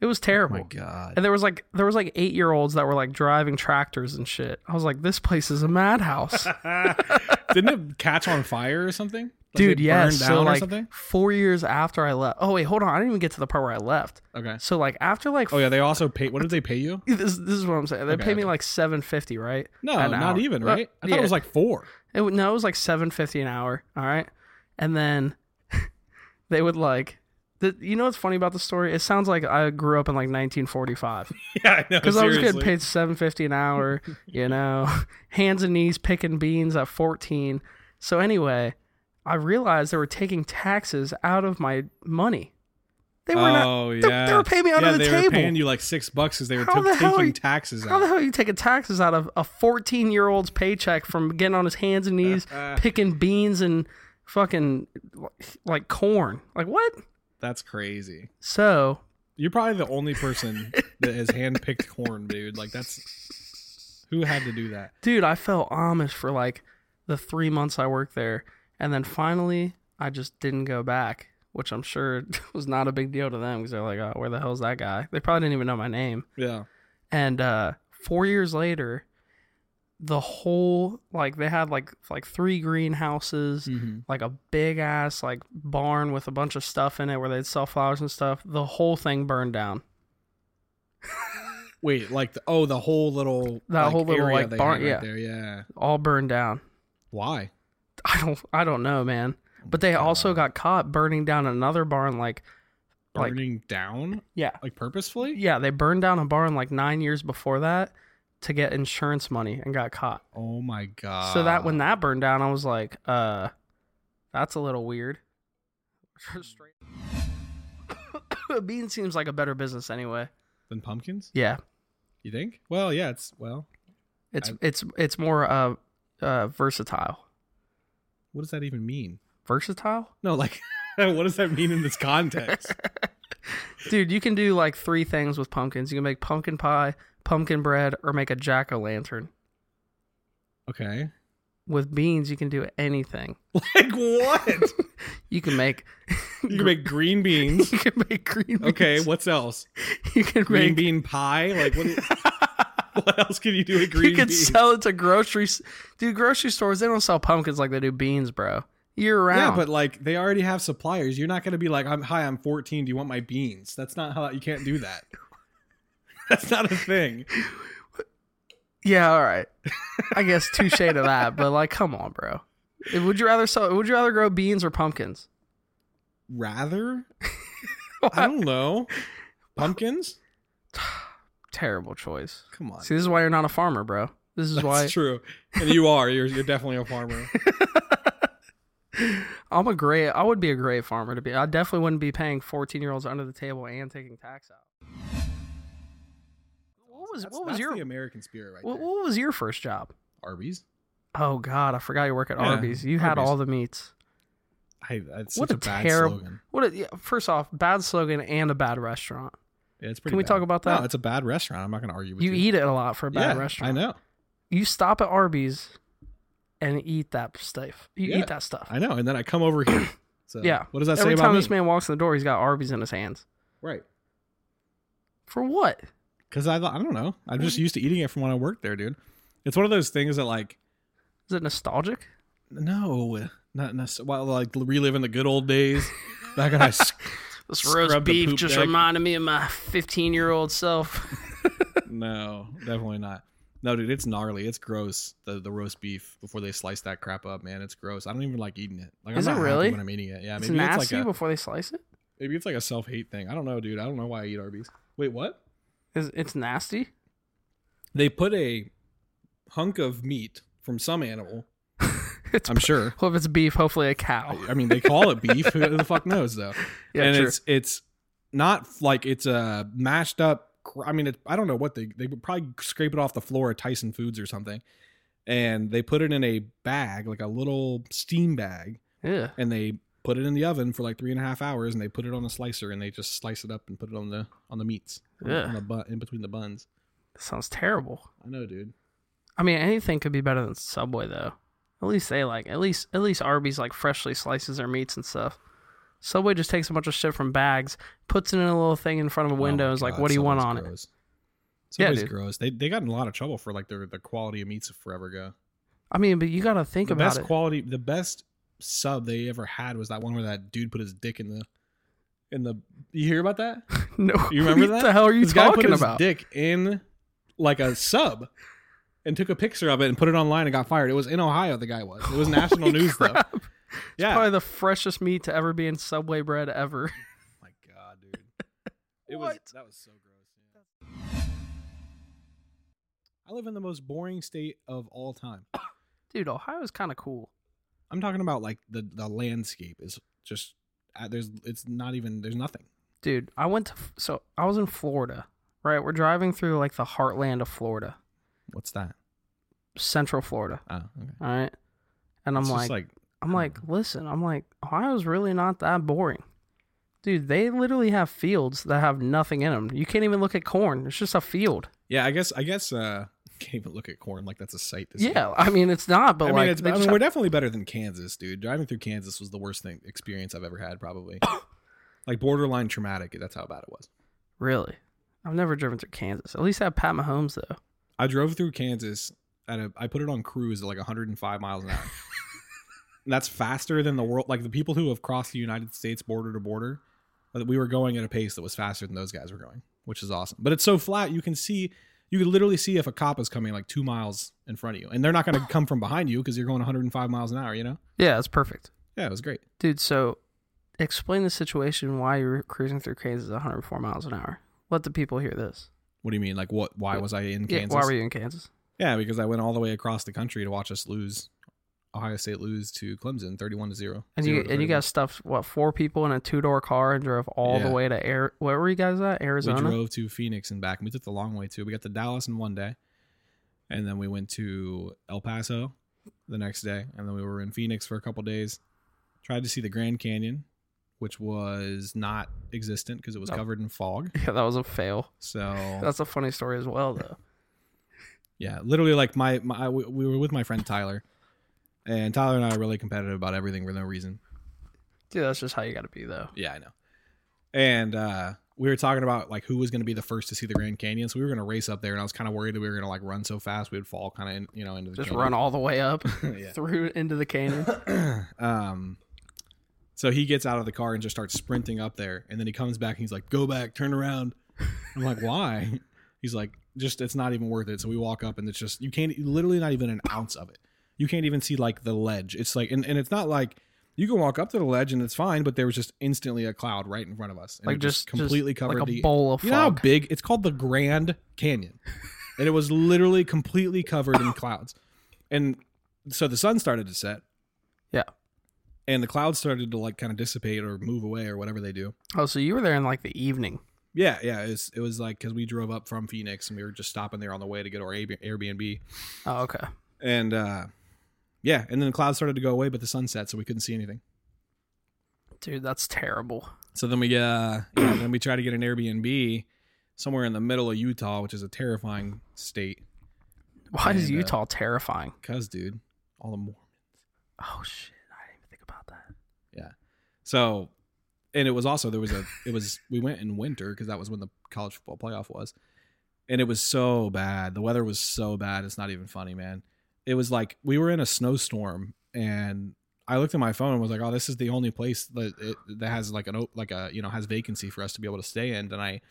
[SPEAKER 2] It was terrible.
[SPEAKER 3] Oh god!
[SPEAKER 2] And there was like there was like eight year olds that were like driving tractors and shit. I was like, this place is a
[SPEAKER 3] *laughs*
[SPEAKER 2] madhouse,
[SPEAKER 3] *laughs* Didn't it catch on fire or something? Like
[SPEAKER 2] dude.
[SPEAKER 3] it
[SPEAKER 2] Yes.
[SPEAKER 3] burned
[SPEAKER 2] So
[SPEAKER 3] down or
[SPEAKER 2] like
[SPEAKER 3] something.
[SPEAKER 2] four years after I left. Oh wait, hold on. I didn't even get to the part where I left.
[SPEAKER 3] Okay.
[SPEAKER 2] So like after like
[SPEAKER 3] Oh yeah, they also paid. What did they pay you?
[SPEAKER 2] *laughs* this this is what I'm saying. They
[SPEAKER 3] Okay,
[SPEAKER 2] paid me
[SPEAKER 3] okay.
[SPEAKER 2] like seven fifty, right?
[SPEAKER 3] No,
[SPEAKER 2] An
[SPEAKER 3] not
[SPEAKER 2] hour.
[SPEAKER 3] even
[SPEAKER 2] Uh,
[SPEAKER 3] right. I thought
[SPEAKER 2] yeah.
[SPEAKER 3] it was like
[SPEAKER 2] *laughs*
[SPEAKER 3] four.
[SPEAKER 2] It, wa- no, it was like seven fifty an hour. All right, and then *laughs* they would like. The, you know what's funny about the story? It sounds like I grew up in like
[SPEAKER 3] *laughs*
[SPEAKER 2] 1945
[SPEAKER 3] Yeah, I know.
[SPEAKER 2] because I was getting paid 750 an
[SPEAKER 3] *laughs*
[SPEAKER 2] hour. You know, hands and knees picking beans at 14. So anyway, I realized they were taking taxes out of my money. They were not.
[SPEAKER 3] oh yeah,
[SPEAKER 2] they- they were paying me under
[SPEAKER 3] yeah,
[SPEAKER 2] the
[SPEAKER 3] they
[SPEAKER 2] table.
[SPEAKER 3] Were paying you like six bucks because they were
[SPEAKER 2] How
[SPEAKER 3] t-
[SPEAKER 2] the hell are
[SPEAKER 3] taking
[SPEAKER 2] you-
[SPEAKER 3] taxes
[SPEAKER 2] How the
[SPEAKER 3] out.
[SPEAKER 2] hell are you taking taxes
[SPEAKER 3] *laughs* Uh,
[SPEAKER 2] out of a 14 year old's paycheck from getting on his hands and knees picking beans and fucking like corn. Like what?
[SPEAKER 3] That's crazy.
[SPEAKER 2] So
[SPEAKER 3] You're probably the only person that has handpicked corn, dude. Like that's who had to do
[SPEAKER 2] *laughs*
[SPEAKER 3] that.
[SPEAKER 2] dude, I felt Amish for like the three months I worked there, and then finally I just didn't go back, which I'm sure *laughs* was not a big deal to them because they're like, "Oh, where the hell's that guy?" They probably didn't even know my name.
[SPEAKER 3] Yeah.
[SPEAKER 2] And uh, four years later, the whole like they had like like three greenhouses,
[SPEAKER 3] Mm-hmm.
[SPEAKER 2] like a big ass like barn with a bunch of stuff in it where they'd sell flowers and stuff. The whole thing burned down.
[SPEAKER 3] Wait, like the, oh, the whole little
[SPEAKER 2] That
[SPEAKER 3] like,
[SPEAKER 2] whole little,
[SPEAKER 3] area
[SPEAKER 2] like,
[SPEAKER 3] they
[SPEAKER 2] barn-
[SPEAKER 3] had
[SPEAKER 2] yeah.
[SPEAKER 3] right there. Yeah.
[SPEAKER 2] All burned down. *laughs*
[SPEAKER 3] Why?
[SPEAKER 2] I don't I don't know, man. But they also
[SPEAKER 3] God.
[SPEAKER 2] got caught burning down another barn like like-
[SPEAKER 3] Burning down
[SPEAKER 2] yeah.
[SPEAKER 3] like purposefully?
[SPEAKER 2] Yeah, they burned down a barn like 9 years before that to get insurance money and got caught.
[SPEAKER 3] Oh my god.
[SPEAKER 2] so that when that burned down, I was like, uh that's a little weird. *laughs* *coughs* Bean seems like a better business anyway.
[SPEAKER 3] than pumpkins?
[SPEAKER 2] Yeah.
[SPEAKER 3] You think? Well, yeah, it's well,
[SPEAKER 2] It's
[SPEAKER 3] I-
[SPEAKER 2] it's it's more uh uh versatile.
[SPEAKER 3] what does that even mean?
[SPEAKER 2] Versatile?
[SPEAKER 3] No, like *laughs* what does that mean in this context?
[SPEAKER 2] *laughs* Dude, you can do like three things with pumpkins. You can make pumpkin pie, pumpkin bread, or make a jack-o'-lantern.
[SPEAKER 3] okay.
[SPEAKER 2] with beans you can do anything
[SPEAKER 3] Like what?
[SPEAKER 2] you can make
[SPEAKER 3] *laughs* You can make green
[SPEAKER 2] *laughs*
[SPEAKER 3] beans.
[SPEAKER 2] you can make green beans. *laughs*
[SPEAKER 3] Okay, what's else?
[SPEAKER 2] you can
[SPEAKER 3] Green
[SPEAKER 2] make
[SPEAKER 3] bean pie? Like what, *laughs* what else can you do with green
[SPEAKER 2] you can
[SPEAKER 3] beans?
[SPEAKER 2] sell it to grocery s- dude grocery stores they don't sell pumpkins like they do beans bro year round
[SPEAKER 3] Yeah, but like they already have suppliers. You're not going to be like, "I'm hi, I'm 14. Do you want my beans?" That's not how you can't do that. *laughs* That's not a thing.
[SPEAKER 2] yeah all right i guess touche
[SPEAKER 3] *laughs*
[SPEAKER 2] to that but like come on bro Eh, would you rather sell would you rather grow beans or pumpkins *laughs*
[SPEAKER 3] Rather, I don't know. Pumpkins?
[SPEAKER 2] terrible choice
[SPEAKER 3] Come on.
[SPEAKER 2] see this is why you're not a farmer bro this is
[SPEAKER 3] That's
[SPEAKER 2] why
[SPEAKER 3] true. And you are. You're you're definitely
[SPEAKER 2] *laughs*
[SPEAKER 3] a farmer.
[SPEAKER 2] i'm a great i would be a great farmer to be i definitely wouldn't be paying 14 year olds under the table and taking tax out what was
[SPEAKER 3] That's-
[SPEAKER 2] what was
[SPEAKER 3] that's
[SPEAKER 2] your
[SPEAKER 3] the American spirit right
[SPEAKER 2] What,
[SPEAKER 3] there?
[SPEAKER 2] what was your first job?
[SPEAKER 3] Arby's.
[SPEAKER 2] Oh God, I forgot you work at
[SPEAKER 3] Yeah,
[SPEAKER 2] Arby's. You had
[SPEAKER 3] Arby's.
[SPEAKER 2] all the meats.
[SPEAKER 3] I, that's
[SPEAKER 2] What
[SPEAKER 3] such
[SPEAKER 2] a
[SPEAKER 3] a, bad
[SPEAKER 2] terrible-
[SPEAKER 3] slogan.
[SPEAKER 2] What? A, yeah, first off, bad slogan and a bad restaurant.
[SPEAKER 3] Yeah, it's pretty.
[SPEAKER 2] Can we
[SPEAKER 3] bad.
[SPEAKER 2] talk about that?
[SPEAKER 3] No, it's a bad restaurant. I'm not going to argue with
[SPEAKER 2] you
[SPEAKER 3] you.
[SPEAKER 2] eat it a lot for a bad
[SPEAKER 3] Yeah,
[SPEAKER 2] restaurant.
[SPEAKER 3] I know.
[SPEAKER 2] You stop at Arby's and eat that stuff. You
[SPEAKER 3] Yeah,
[SPEAKER 2] eat that stuff.
[SPEAKER 3] I know. And then I come
[SPEAKER 2] *coughs*
[SPEAKER 3] over here. So
[SPEAKER 2] Yeah.
[SPEAKER 3] What does that
[SPEAKER 2] Every
[SPEAKER 3] say
[SPEAKER 2] time
[SPEAKER 3] about me?
[SPEAKER 2] this man walks in the door, he's got Arby's in his hands.
[SPEAKER 3] Right.
[SPEAKER 2] For what?
[SPEAKER 3] Because I, I don't know. I'm just used to eating it from when I worked there, dude. It's one of those things that like
[SPEAKER 2] Is it nostalgic?
[SPEAKER 3] no, not necessarily. Well, like reliving the good old *laughs* days back when I. s-
[SPEAKER 2] This
[SPEAKER 3] Scrub
[SPEAKER 2] roast
[SPEAKER 3] the
[SPEAKER 2] beef
[SPEAKER 3] poop
[SPEAKER 2] just
[SPEAKER 3] deck.
[SPEAKER 2] reminded me of my 15 year old self.
[SPEAKER 3] no, definitely not. No, dude, it's gnarly. It's gross. The the roast beef before they slice that crap up, man. It's gross. I don't even like eating it. Like,
[SPEAKER 2] Is it
[SPEAKER 3] I'm not happy
[SPEAKER 2] really?
[SPEAKER 3] When I'm eating it, *laughs* yeah.
[SPEAKER 2] it's
[SPEAKER 3] Maybe it's,
[SPEAKER 2] nasty
[SPEAKER 3] like a
[SPEAKER 2] before they slice it.
[SPEAKER 3] maybe it's like a self hate thing. I don't know, dude. I don't know why I eat Arby's. Wait, what?
[SPEAKER 2] It's, it's nasty. *laughs*
[SPEAKER 3] They put a hunk of meat from some animal.
[SPEAKER 2] It's
[SPEAKER 3] I'm sure.
[SPEAKER 2] Well, if it's beef, hopefully a cow.
[SPEAKER 3] I mean, they call it beef. Who the fuck knows though?
[SPEAKER 2] Yeah,
[SPEAKER 3] and
[SPEAKER 2] true.
[SPEAKER 3] it's it's not like it's a mashed up. cr- I mean, it, I don't know what they they would probably scrape it off the floor at Tyson Foods or something, and they put it in a bag, like a little steam bag,
[SPEAKER 2] Yeah.
[SPEAKER 3] and they put it in the oven for like three and a half hours, and they put it on a slicer, and they just slice it up and put it on the on the meats, on the-
[SPEAKER 2] Yeah.
[SPEAKER 3] on the bun in between the buns.
[SPEAKER 2] Sounds terrible.
[SPEAKER 3] I know, dude.
[SPEAKER 2] I mean, anything could be better than Subway, though. At least they like at least at least Arby's like freshly slices their meats and stuff. Subway just takes a bunch of shit from bags, puts it in a little thing in front
[SPEAKER 3] Oh
[SPEAKER 2] of a window, and is like, "What do you want on it?" Yeah,
[SPEAKER 3] Subway's
[SPEAKER 2] dude.
[SPEAKER 3] gross. They they got in a lot of trouble for like their the quality of meats forever ago.
[SPEAKER 2] I mean, but you gotta think
[SPEAKER 3] the
[SPEAKER 2] about
[SPEAKER 3] best
[SPEAKER 2] it.
[SPEAKER 3] quality the best sub they ever had was that one where that dude put his dick in the in the you hear about that
[SPEAKER 2] *laughs* no,
[SPEAKER 3] you remember
[SPEAKER 2] what
[SPEAKER 3] that
[SPEAKER 2] the hell are you
[SPEAKER 3] this guy put
[SPEAKER 2] talking
[SPEAKER 3] his
[SPEAKER 2] about?
[SPEAKER 3] dick in like a sub and took a picture of it and put it online and got fired it was in ohio the guy was
[SPEAKER 2] *laughs*
[SPEAKER 3] it was national
[SPEAKER 2] Holy
[SPEAKER 3] news
[SPEAKER 2] crap.
[SPEAKER 3] though yeah
[SPEAKER 2] Oh Probably the freshest meat to ever be in Subway bread ever. *laughs*
[SPEAKER 3] oh my god dude it was
[SPEAKER 2] What?
[SPEAKER 3] that was so gross yeah. i live in the most boring state of all time
[SPEAKER 2] Dude, Ohio's kind of cool.
[SPEAKER 3] i'm talking about like the the landscape is just uh, there's it's not even there's nothing
[SPEAKER 2] Dude, I went to so I was in Florida, right? We're driving through like the heartland of Florida,
[SPEAKER 3] What's that?
[SPEAKER 2] Central Florida,
[SPEAKER 3] Oh, okay.
[SPEAKER 2] all right? And I'm
[SPEAKER 3] It's
[SPEAKER 2] like,
[SPEAKER 3] just like hmm.
[SPEAKER 2] I'm like, listen, I'm like, Ohio's really not that boring. Dude, they literally have fields that have nothing in them. You can't even look at corn. It's just a field.
[SPEAKER 3] Yeah, I guess I guess uh *laughs* can't even look at corn like that's a sight to see.
[SPEAKER 2] Yeah, I mean it's not, but
[SPEAKER 3] I mean,
[SPEAKER 2] like
[SPEAKER 3] it's,
[SPEAKER 2] they
[SPEAKER 3] I
[SPEAKER 2] just
[SPEAKER 3] mean
[SPEAKER 2] have-
[SPEAKER 3] we're definitely better than Kansas, dude. Driving through Kansas was the worst thing experience I've ever
[SPEAKER 2] *coughs*
[SPEAKER 3] had, probably. like borderline traumatic. That's how bad it was.
[SPEAKER 2] really. I've never driven through Kansas. At least I have Pat Mahomes though.
[SPEAKER 3] I drove through Kansas at a I put it on cruise at like 105 miles
[SPEAKER 2] *laughs*
[SPEAKER 3] an hour. That's faster than the world like the people who have crossed the United States border to border. uh, We were going at a pace that was faster than those guys were going, which is awesome. But it's so flat you can see you can literally see if a cop is coming like 2 miles in front of you. And they're not
[SPEAKER 2] *laughs*
[SPEAKER 3] going to come from behind you cuz you're going 105 miles an hour, you know?
[SPEAKER 2] Yeah, it's perfect.
[SPEAKER 3] Yeah, it was great.
[SPEAKER 2] Dude, so explain the situation why you're cruising through Kansas at 104 miles an hour. Let the people hear this.
[SPEAKER 3] What do you mean? Like what why was I in Kansas?
[SPEAKER 2] Yeah, why were you in Kansas?
[SPEAKER 3] Yeah, because I went all the way across the country to watch us lose Ohio State lose to Clemson 31 to 0.
[SPEAKER 2] And you and you guys stuffed what four people in a two door car and drove all
[SPEAKER 3] Yeah.
[SPEAKER 2] the way to air. Where were you guys at? Arizona.
[SPEAKER 3] We drove to Phoenix and back. And we took the long way too. We got to Dallas in one day, and then we went to El Paso the next day, and then we were in Phoenix for a couple days. Tried to see the Grand Canyon, which was not existent because it was
[SPEAKER 2] No.
[SPEAKER 3] covered in fog.
[SPEAKER 2] *laughs* Yeah, that was a fail.
[SPEAKER 3] So
[SPEAKER 2] Oh. *laughs* That's a funny story as well, though.
[SPEAKER 3] yeah, literally like my, my I- we we were with my friend Tyler, and Tyler and I are really competitive about everything for no reason.
[SPEAKER 2] Dude, that's just how you got to be, though.
[SPEAKER 3] Yeah, I know. And uh we were talking about like who was going to be the first to see the Grand Canyon, so we were going to race up there, and I was kind of worried that we were going to like run so fast we would fall kind of you know into the
[SPEAKER 2] Just
[SPEAKER 3] canyon.
[SPEAKER 2] run all the way up
[SPEAKER 3] *laughs*
[SPEAKER 2] *laughs*
[SPEAKER 3] Yeah.
[SPEAKER 2] through into the canyon.
[SPEAKER 3] *clears throat* um, so he gets out of the car and just starts sprinting up there, and then he comes back and he's like, "Go back, turn around."
[SPEAKER 2] *laughs*
[SPEAKER 3] I'm like, "Why?" He's like, "Just it's not even worth it." So we walk up, and it's just you can't literally not even an ounce of it. You can't even see like the ledge. It's like, and, and it's not like you can walk up to the ledge and it's fine, but there was just instantly a cloud right in front of us, and
[SPEAKER 2] Like
[SPEAKER 3] it
[SPEAKER 2] just, just
[SPEAKER 3] completely covered
[SPEAKER 2] like a
[SPEAKER 3] the
[SPEAKER 2] bowl of
[SPEAKER 3] you know how
[SPEAKER 2] fog.
[SPEAKER 3] big? It's called the Grand Canyon. and it was literally completely covered in clouds. And so the sun started to set.
[SPEAKER 2] Yeah.
[SPEAKER 3] And the clouds started to like kind of dissipate or move away or whatever they do.
[SPEAKER 2] Oh, so you were there in like the evening.
[SPEAKER 3] Yeah, yeah. It was, it was like because we drove up from Phoenix and we were just stopping there on the way to go to our Airbnb- Airbnb.
[SPEAKER 2] Oh, okay.
[SPEAKER 3] And uh, yeah, and then the clouds started to go away, but the sun set, so we couldn't see anything.
[SPEAKER 2] Dude, that's terrible.
[SPEAKER 3] So then we uh yeah, then we try to get an Airbnb somewhere in the middle of Utah, which is a terrifying state.
[SPEAKER 2] Why is
[SPEAKER 3] And, uh,
[SPEAKER 2] Utah terrifying?
[SPEAKER 3] Cause dude, all the more.
[SPEAKER 2] Oh shit, I didn't even think about that.
[SPEAKER 3] So, and it was also there was a it was *laughs* we went in winter because that was when the college football playoff was, and it was so bad. The weather was so bad. It's not even funny, man. It was like we were in a snowstorm, and I looked at my phone and was like, "Oh, this is the only place that it, that has like an o- like a you know has vacancy for us to be able to stay in." And I,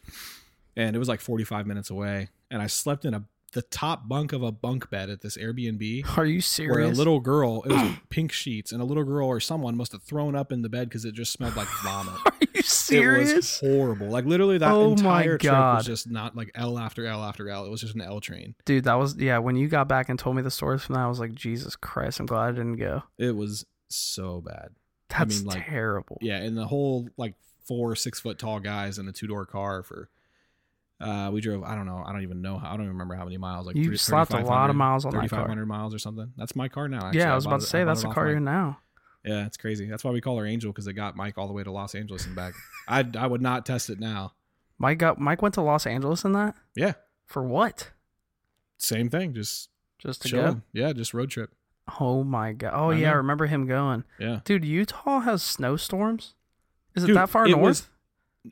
[SPEAKER 3] and it was like forty five minutes away, and I slept in a the top bunk of a bunk bed at this Airbnb
[SPEAKER 2] Are you
[SPEAKER 3] where a
[SPEAKER 2] serious?
[SPEAKER 3] little girl
[SPEAKER 2] *clears throat*
[SPEAKER 3] it was pink sheets and a little girl or someone must have thrown up in the bed because it just smelled like
[SPEAKER 2] *laughs*
[SPEAKER 3] vomit
[SPEAKER 2] *laughs* Are you
[SPEAKER 3] it was
[SPEAKER 2] serious?
[SPEAKER 3] *laughs* horrible like literally that
[SPEAKER 2] Oh my
[SPEAKER 3] entire trip
[SPEAKER 2] God.
[SPEAKER 3] was just not like l after l after l it was just an l train
[SPEAKER 2] Dude, that was yeah, when you got back and told me the stories from that, I was like, Jesus Christ, I'm glad I didn't go.
[SPEAKER 3] it was so bad
[SPEAKER 2] That's
[SPEAKER 3] mean, like-
[SPEAKER 2] terrible.
[SPEAKER 3] yeah and the whole like four six foot tall guys in a two-door car for uh we drove i don't know i don't even know how i don't even remember how many miles like
[SPEAKER 2] You
[SPEAKER 3] three-
[SPEAKER 2] slapped a lot of
[SPEAKER 3] 3,500
[SPEAKER 2] miles on that car.
[SPEAKER 3] 3500 miles or something that's my car now actually.
[SPEAKER 2] yeah, I was
[SPEAKER 3] bought
[SPEAKER 2] about
[SPEAKER 3] it-
[SPEAKER 2] to say
[SPEAKER 3] bought
[SPEAKER 2] that's
[SPEAKER 3] it
[SPEAKER 2] the
[SPEAKER 3] off
[SPEAKER 2] car
[SPEAKER 3] my-
[SPEAKER 2] you're now.
[SPEAKER 3] Yeah, it's crazy. That's why we call her Angel because it got Mike all the way to Los Angeles and back. *laughs* I I would not test it now.
[SPEAKER 2] Mike got Mike went to Los Angeles in that
[SPEAKER 3] Yeah,
[SPEAKER 2] for what?
[SPEAKER 3] same thing. Just
[SPEAKER 2] Just to
[SPEAKER 3] chilling. Yeah, just road trip.
[SPEAKER 2] go. Oh my god. Oh
[SPEAKER 3] I
[SPEAKER 2] yeah, I
[SPEAKER 3] know.
[SPEAKER 2] remember him going.
[SPEAKER 3] Yeah,
[SPEAKER 2] Dude, Utah has snowstorms. Is it
[SPEAKER 3] Dude,
[SPEAKER 2] that far
[SPEAKER 3] it
[SPEAKER 2] north?
[SPEAKER 3] was-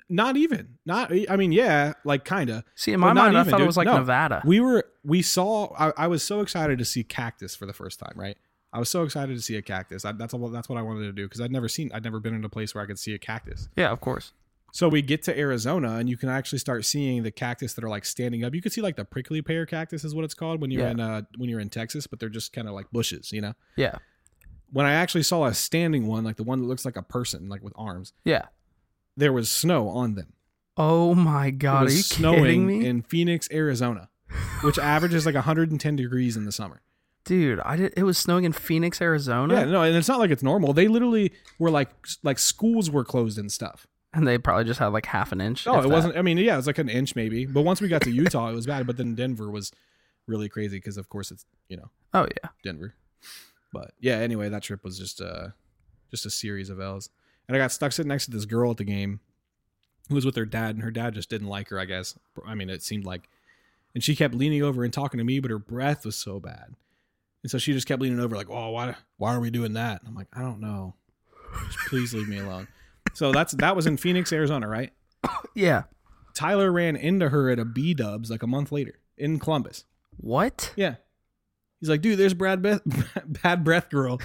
[SPEAKER 3] not even. Not. I mean, yeah, like kinda.
[SPEAKER 2] See, in my
[SPEAKER 3] but not
[SPEAKER 2] mind, I
[SPEAKER 3] even,
[SPEAKER 2] thought it
[SPEAKER 3] dude.
[SPEAKER 2] was like
[SPEAKER 3] No.
[SPEAKER 2] Nevada.
[SPEAKER 3] We were. We saw. I, I was so excited to see cactus for the first time. Right. I was so excited to see a cactus. I, that's all. That's what I wanted to do because I'd never seen. I'd never been in a place where I could see a cactus.
[SPEAKER 2] yeah, of course.
[SPEAKER 3] So we get to Arizona and you can actually start seeing the cactus that are like standing up. You can see like the prickly pear cactus is what it's called when you're
[SPEAKER 2] Yeah.
[SPEAKER 3] in uh when you're in Texas, but they're just kind of like bushes, you know.
[SPEAKER 2] Yeah,
[SPEAKER 3] When I actually saw a standing one, like the one that looks like a person, like with arms,
[SPEAKER 2] yeah.
[SPEAKER 3] there was snow on them.
[SPEAKER 2] Oh my
[SPEAKER 3] it
[SPEAKER 2] god, are
[SPEAKER 3] was
[SPEAKER 2] you
[SPEAKER 3] snowing
[SPEAKER 2] kidding me?
[SPEAKER 3] in Phoenix, Arizona, which averages like 110 degrees in the summer.
[SPEAKER 2] Dude, I did. It was snowing in Phoenix, Arizona,
[SPEAKER 3] Yeah, no, and it's not like it's normal. They literally were like like schools were closed and stuff.
[SPEAKER 2] and they probably just had like half an inch.
[SPEAKER 3] No,
[SPEAKER 2] if
[SPEAKER 3] Oh, it
[SPEAKER 2] that.
[SPEAKER 3] wasn't. I mean, yeah, it was like an inch maybe. But once we got to Utah, it was bad. But then Denver was really crazy because, of course, it's you know
[SPEAKER 2] Oh yeah,
[SPEAKER 3] Denver. But yeah, anyway, that trip was just uh just a series of L's. And I got stuck sitting next to this girl at the game who was with her dad, and her dad just didn't like her, I guess. I mean, it seemed like. And she kept leaning over and talking to me, but her breath was so bad. And so she just kept leaning over, like, oh, why, why are we doing that? And I'm like, I don't know. Just please leave me alone. So that's that was in Phoenix, Arizona, right?
[SPEAKER 2] Yeah.
[SPEAKER 3] Tyler ran into her at a B Dubs like a month later in Columbus.
[SPEAKER 2] What?
[SPEAKER 3] Yeah. He's like, dude, there's Brad Beth, *laughs* Bad Breath Girl.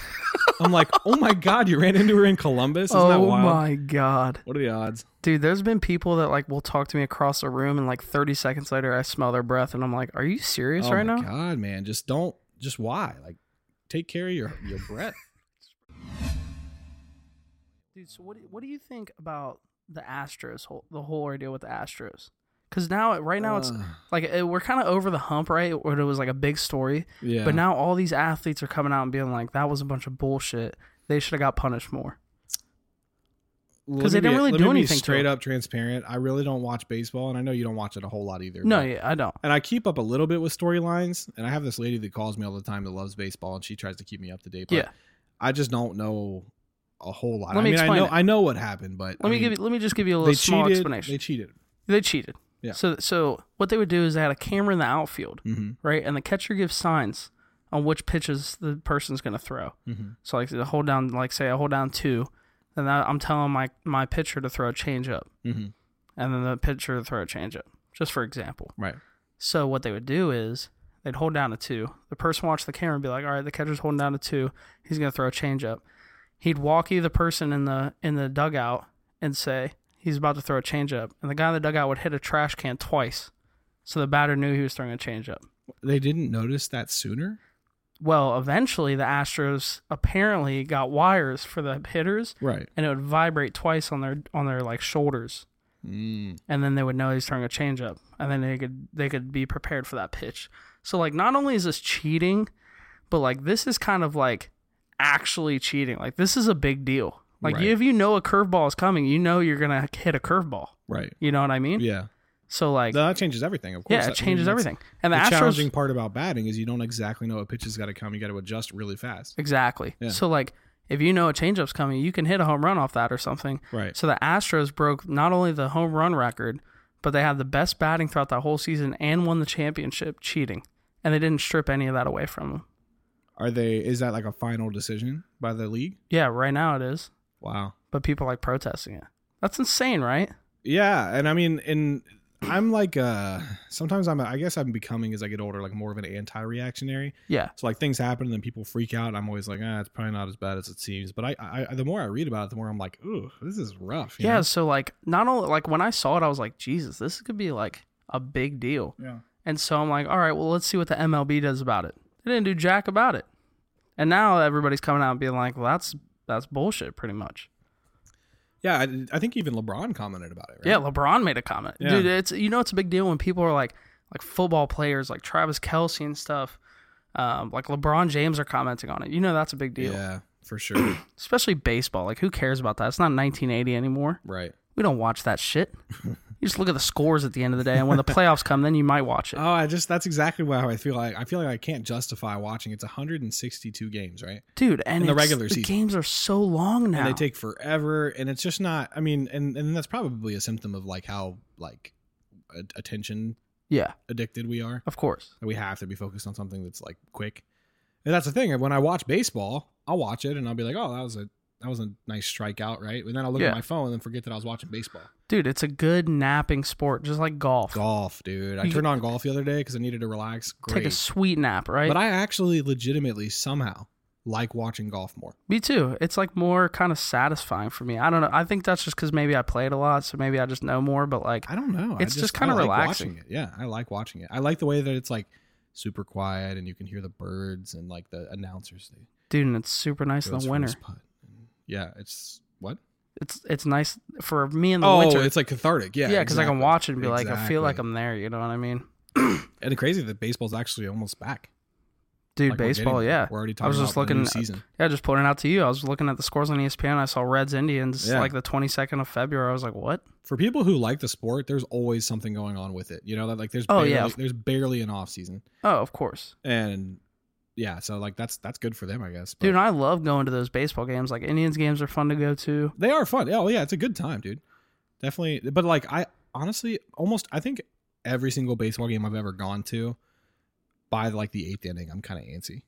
[SPEAKER 3] I'm like, oh my God, you ran into her in Columbus? Isn't that
[SPEAKER 2] oh
[SPEAKER 3] wild?
[SPEAKER 2] my god.
[SPEAKER 3] What are the odds?
[SPEAKER 2] Dude, there's been people that like will talk to me across the room and like 30 seconds later I smell their breath and I'm like, "Are you serious
[SPEAKER 3] Oh
[SPEAKER 2] right
[SPEAKER 3] my
[SPEAKER 2] now?"
[SPEAKER 3] God, man. Just don't, just why? Like, take care of your, your breath.
[SPEAKER 2] Dude, so what do- what do you think about the Astros whole, the whole idea with the Astros? Cuz now *laughs* right now it's
[SPEAKER 3] Uh,
[SPEAKER 2] like it, we're kind of over the hump, right? Where it was like a big story,
[SPEAKER 3] yeah.
[SPEAKER 2] but now all these athletes are coming out and being like, "That was a bunch of bullshit. They should have got punished more."
[SPEAKER 3] Let
[SPEAKER 2] they
[SPEAKER 3] me
[SPEAKER 2] didn't
[SPEAKER 3] be-
[SPEAKER 2] really
[SPEAKER 3] let
[SPEAKER 2] do
[SPEAKER 3] me be
[SPEAKER 2] anything to
[SPEAKER 3] Straight
[SPEAKER 2] it.
[SPEAKER 3] up transparent. I really don't watch baseball, and I know you don't watch it a whole lot either.
[SPEAKER 2] No,
[SPEAKER 3] but-
[SPEAKER 2] yeah, I don't.
[SPEAKER 3] and I keep up a little bit with storylines. And I have this lady that calls me all the time that loves baseball, and she tries to keep me up to date. But
[SPEAKER 2] Yeah.
[SPEAKER 3] I just don't know a whole lot.
[SPEAKER 2] Let
[SPEAKER 3] I
[SPEAKER 2] me
[SPEAKER 3] mean, I
[SPEAKER 2] explain
[SPEAKER 3] know
[SPEAKER 2] it.
[SPEAKER 3] I know what happened, but
[SPEAKER 2] Let me give you, let me just give you a little
[SPEAKER 3] they
[SPEAKER 2] small
[SPEAKER 3] cheated.
[SPEAKER 2] explanation.
[SPEAKER 3] They cheated.
[SPEAKER 2] They cheated.
[SPEAKER 3] Yeah.
[SPEAKER 2] So so what they would do is they had a camera in the outfield,
[SPEAKER 3] hmm
[SPEAKER 2] right? And the catcher gives signs on which pitches the person's going to throw.
[SPEAKER 3] hmm
[SPEAKER 2] So like the hold down, like say I hold down two, then I, I'm telling my my pitcher to throw a change up,
[SPEAKER 3] hmm
[SPEAKER 2] and then the pitcher to throw a change up, just for example.
[SPEAKER 3] Right.
[SPEAKER 2] So what they would do is they'd hold down a two. The person watched the camera and be like, "All right, the catcher's holding down a two. He's going to throw a change up." He'd walk you the person in the in the dugout and say he's about to throw a change up, and the guy in the dugout would hit a trash can twice, so the batter knew he was throwing a change up.
[SPEAKER 3] They didn't notice that sooner.
[SPEAKER 2] Well, eventually the Astros apparently got wires for the hitters,
[SPEAKER 3] Right.
[SPEAKER 2] and it would vibrate twice on their on their like shoulders,
[SPEAKER 3] Mm.
[SPEAKER 2] and then they would know he's throwing a changeup, and then they could they could be prepared for that pitch. So like, not only is this cheating, but like this is kind of like actually cheating. Like this is a big deal. Like
[SPEAKER 3] Right.
[SPEAKER 2] if you know a curveball is coming, you know you're gonna hit a curveball.
[SPEAKER 3] Right.
[SPEAKER 2] You know what I mean?
[SPEAKER 3] Yeah.
[SPEAKER 2] So like,
[SPEAKER 3] No, that changes everything. Of course.
[SPEAKER 2] yeah,
[SPEAKER 3] That- I
[SPEAKER 2] it
[SPEAKER 3] mean,
[SPEAKER 2] changes
[SPEAKER 3] that's
[SPEAKER 2] everything. And the,
[SPEAKER 3] The,
[SPEAKER 2] Astros
[SPEAKER 3] challenging part about batting is you don't exactly know what pitch has got to come. You got to adjust really fast.
[SPEAKER 2] exactly.
[SPEAKER 3] Yeah.
[SPEAKER 2] So like, if you know a changeup's coming, you can hit a home run off that or something.
[SPEAKER 3] Right.
[SPEAKER 2] So the Astros broke not only the home run record, but they had the best batting throughout that whole season and won the championship cheating. And they didn't strip any of that away from them.
[SPEAKER 3] Are they? Is that like a final decision by the league?
[SPEAKER 2] Yeah, right now it is,
[SPEAKER 3] Wow.
[SPEAKER 2] but people like protesting it. That's insane, right?
[SPEAKER 3] Yeah, and I mean, and I'm like, uh sometimes I'm, I guess I'm becoming as I get older, like more of an anti-reactionary.
[SPEAKER 2] Yeah.
[SPEAKER 3] So like things happen and then people freak out. and I'm always like, ah, it's probably not as bad as it seems. But I, I, I- the more I read about it, the more I'm like, ooh, this is rough. you
[SPEAKER 2] Yeah.
[SPEAKER 3] know?
[SPEAKER 2] So, like, not only, like, when I saw it, I was like, Jesus, this could be like a big deal.
[SPEAKER 3] Yeah.
[SPEAKER 2] And so I'm like, all right, well, let's see what the MLB does about it. They didn't do jack about it. And now everybody's coming out and being like, well, that's, that's bullshit, pretty much.
[SPEAKER 3] Yeah, I, I think even LeBron commented about it. Right?
[SPEAKER 2] Yeah, LeBron made a comment.
[SPEAKER 3] Yeah.
[SPEAKER 2] Dude, it's you know it's a big deal when people are like like football players like Travis Kelsey and stuff. Um, like LeBron James are commenting on it. You know that's a big deal.
[SPEAKER 3] Yeah, for sure.
[SPEAKER 2] Especially baseball. Like who cares about that? It's not 1980 anymore.
[SPEAKER 3] right.
[SPEAKER 2] We don't watch that
[SPEAKER 3] *laughs*
[SPEAKER 2] shit. you just look at the scores at the end of the day, and when the playoffs come, then you might watch it.
[SPEAKER 3] Oh, I just that's exactly how I feel like I feel like I can't justify watching. It's 162 games, right?
[SPEAKER 2] Dude, and
[SPEAKER 3] the
[SPEAKER 2] it's-
[SPEAKER 3] regular season.
[SPEAKER 2] games are so long now.
[SPEAKER 3] and they take forever and it's just not i mean and and that's probably a symptom of like how like a- attention
[SPEAKER 2] yeah,
[SPEAKER 3] addicted we are
[SPEAKER 2] of course.
[SPEAKER 3] we have to be focused on something that's like quick and that's the thing when i watch baseball i'll watch it and i'll be like oh that was a that was a nice strikeout right and then i'll look
[SPEAKER 2] Yeah.
[SPEAKER 3] at my phone and then forget that i was watching baseball
[SPEAKER 2] Dude, it's a good napping sport, just like golf.
[SPEAKER 3] golf dude i
[SPEAKER 2] You-
[SPEAKER 3] turned on golf the other day because i needed to relax
[SPEAKER 2] Take a
[SPEAKER 3] great
[SPEAKER 2] sweet nap, right?
[SPEAKER 3] but i actually legitimately somehow like watching golf more
[SPEAKER 2] Me too. It's like more kind of satisfying for me. I don't know. I think that's just because maybe I played a lot, so maybe I just know more. But like,
[SPEAKER 3] I don't know. I
[SPEAKER 2] It's just
[SPEAKER 3] I
[SPEAKER 2] kinda
[SPEAKER 3] like
[SPEAKER 2] relaxing.
[SPEAKER 3] watching it. Yeah, I like watching it. I like the way that it's like super quiet and you can hear the birds and like the announcers. They
[SPEAKER 2] dude, and it's super nice in
[SPEAKER 3] goes
[SPEAKER 2] the
[SPEAKER 3] for
[SPEAKER 2] winter.
[SPEAKER 3] his putt. Yeah, it's what?
[SPEAKER 2] It's it's nice for me in the
[SPEAKER 3] oh,
[SPEAKER 2] winter.
[SPEAKER 3] it's like cathartic. Yeah,
[SPEAKER 2] yeah, because I can
[SPEAKER 3] exactly.
[SPEAKER 2] watch it and be like, I feel like
[SPEAKER 3] Exactly.
[SPEAKER 2] I'm there. You know what I mean, *clears throat*
[SPEAKER 3] And it's crazy that baseball's actually almost back.
[SPEAKER 2] dude?
[SPEAKER 3] Like, we're getting
[SPEAKER 2] baseball,
[SPEAKER 3] there.
[SPEAKER 2] yeah.
[SPEAKER 3] We're already talking
[SPEAKER 2] I was just
[SPEAKER 3] about the new
[SPEAKER 2] looking.
[SPEAKER 3] season.
[SPEAKER 2] Yeah, just pointing out to you. I was looking at the scores on E ESPN. I saw Reds Indians
[SPEAKER 3] Yeah.
[SPEAKER 2] like the 22nd of February. I was like, what?
[SPEAKER 3] For people who like the sport, there's always something going on with it. You know, that like there's
[SPEAKER 2] Oh,
[SPEAKER 3] barely,
[SPEAKER 2] yeah.
[SPEAKER 3] there's barely an off season.
[SPEAKER 2] Oh, of course.
[SPEAKER 3] And yeah, so like that's that's good for them, I guess. But
[SPEAKER 2] Dude, I love going to those baseball games. Like Indians games are fun to go to.
[SPEAKER 3] they are fun. Oh yeah, it's a good time, dude. Definitely, but like I honestly almost I think every single baseball game I've ever gone to, by like the eighth inning, I'm kind of
[SPEAKER 2] *laughs*
[SPEAKER 3] antsy.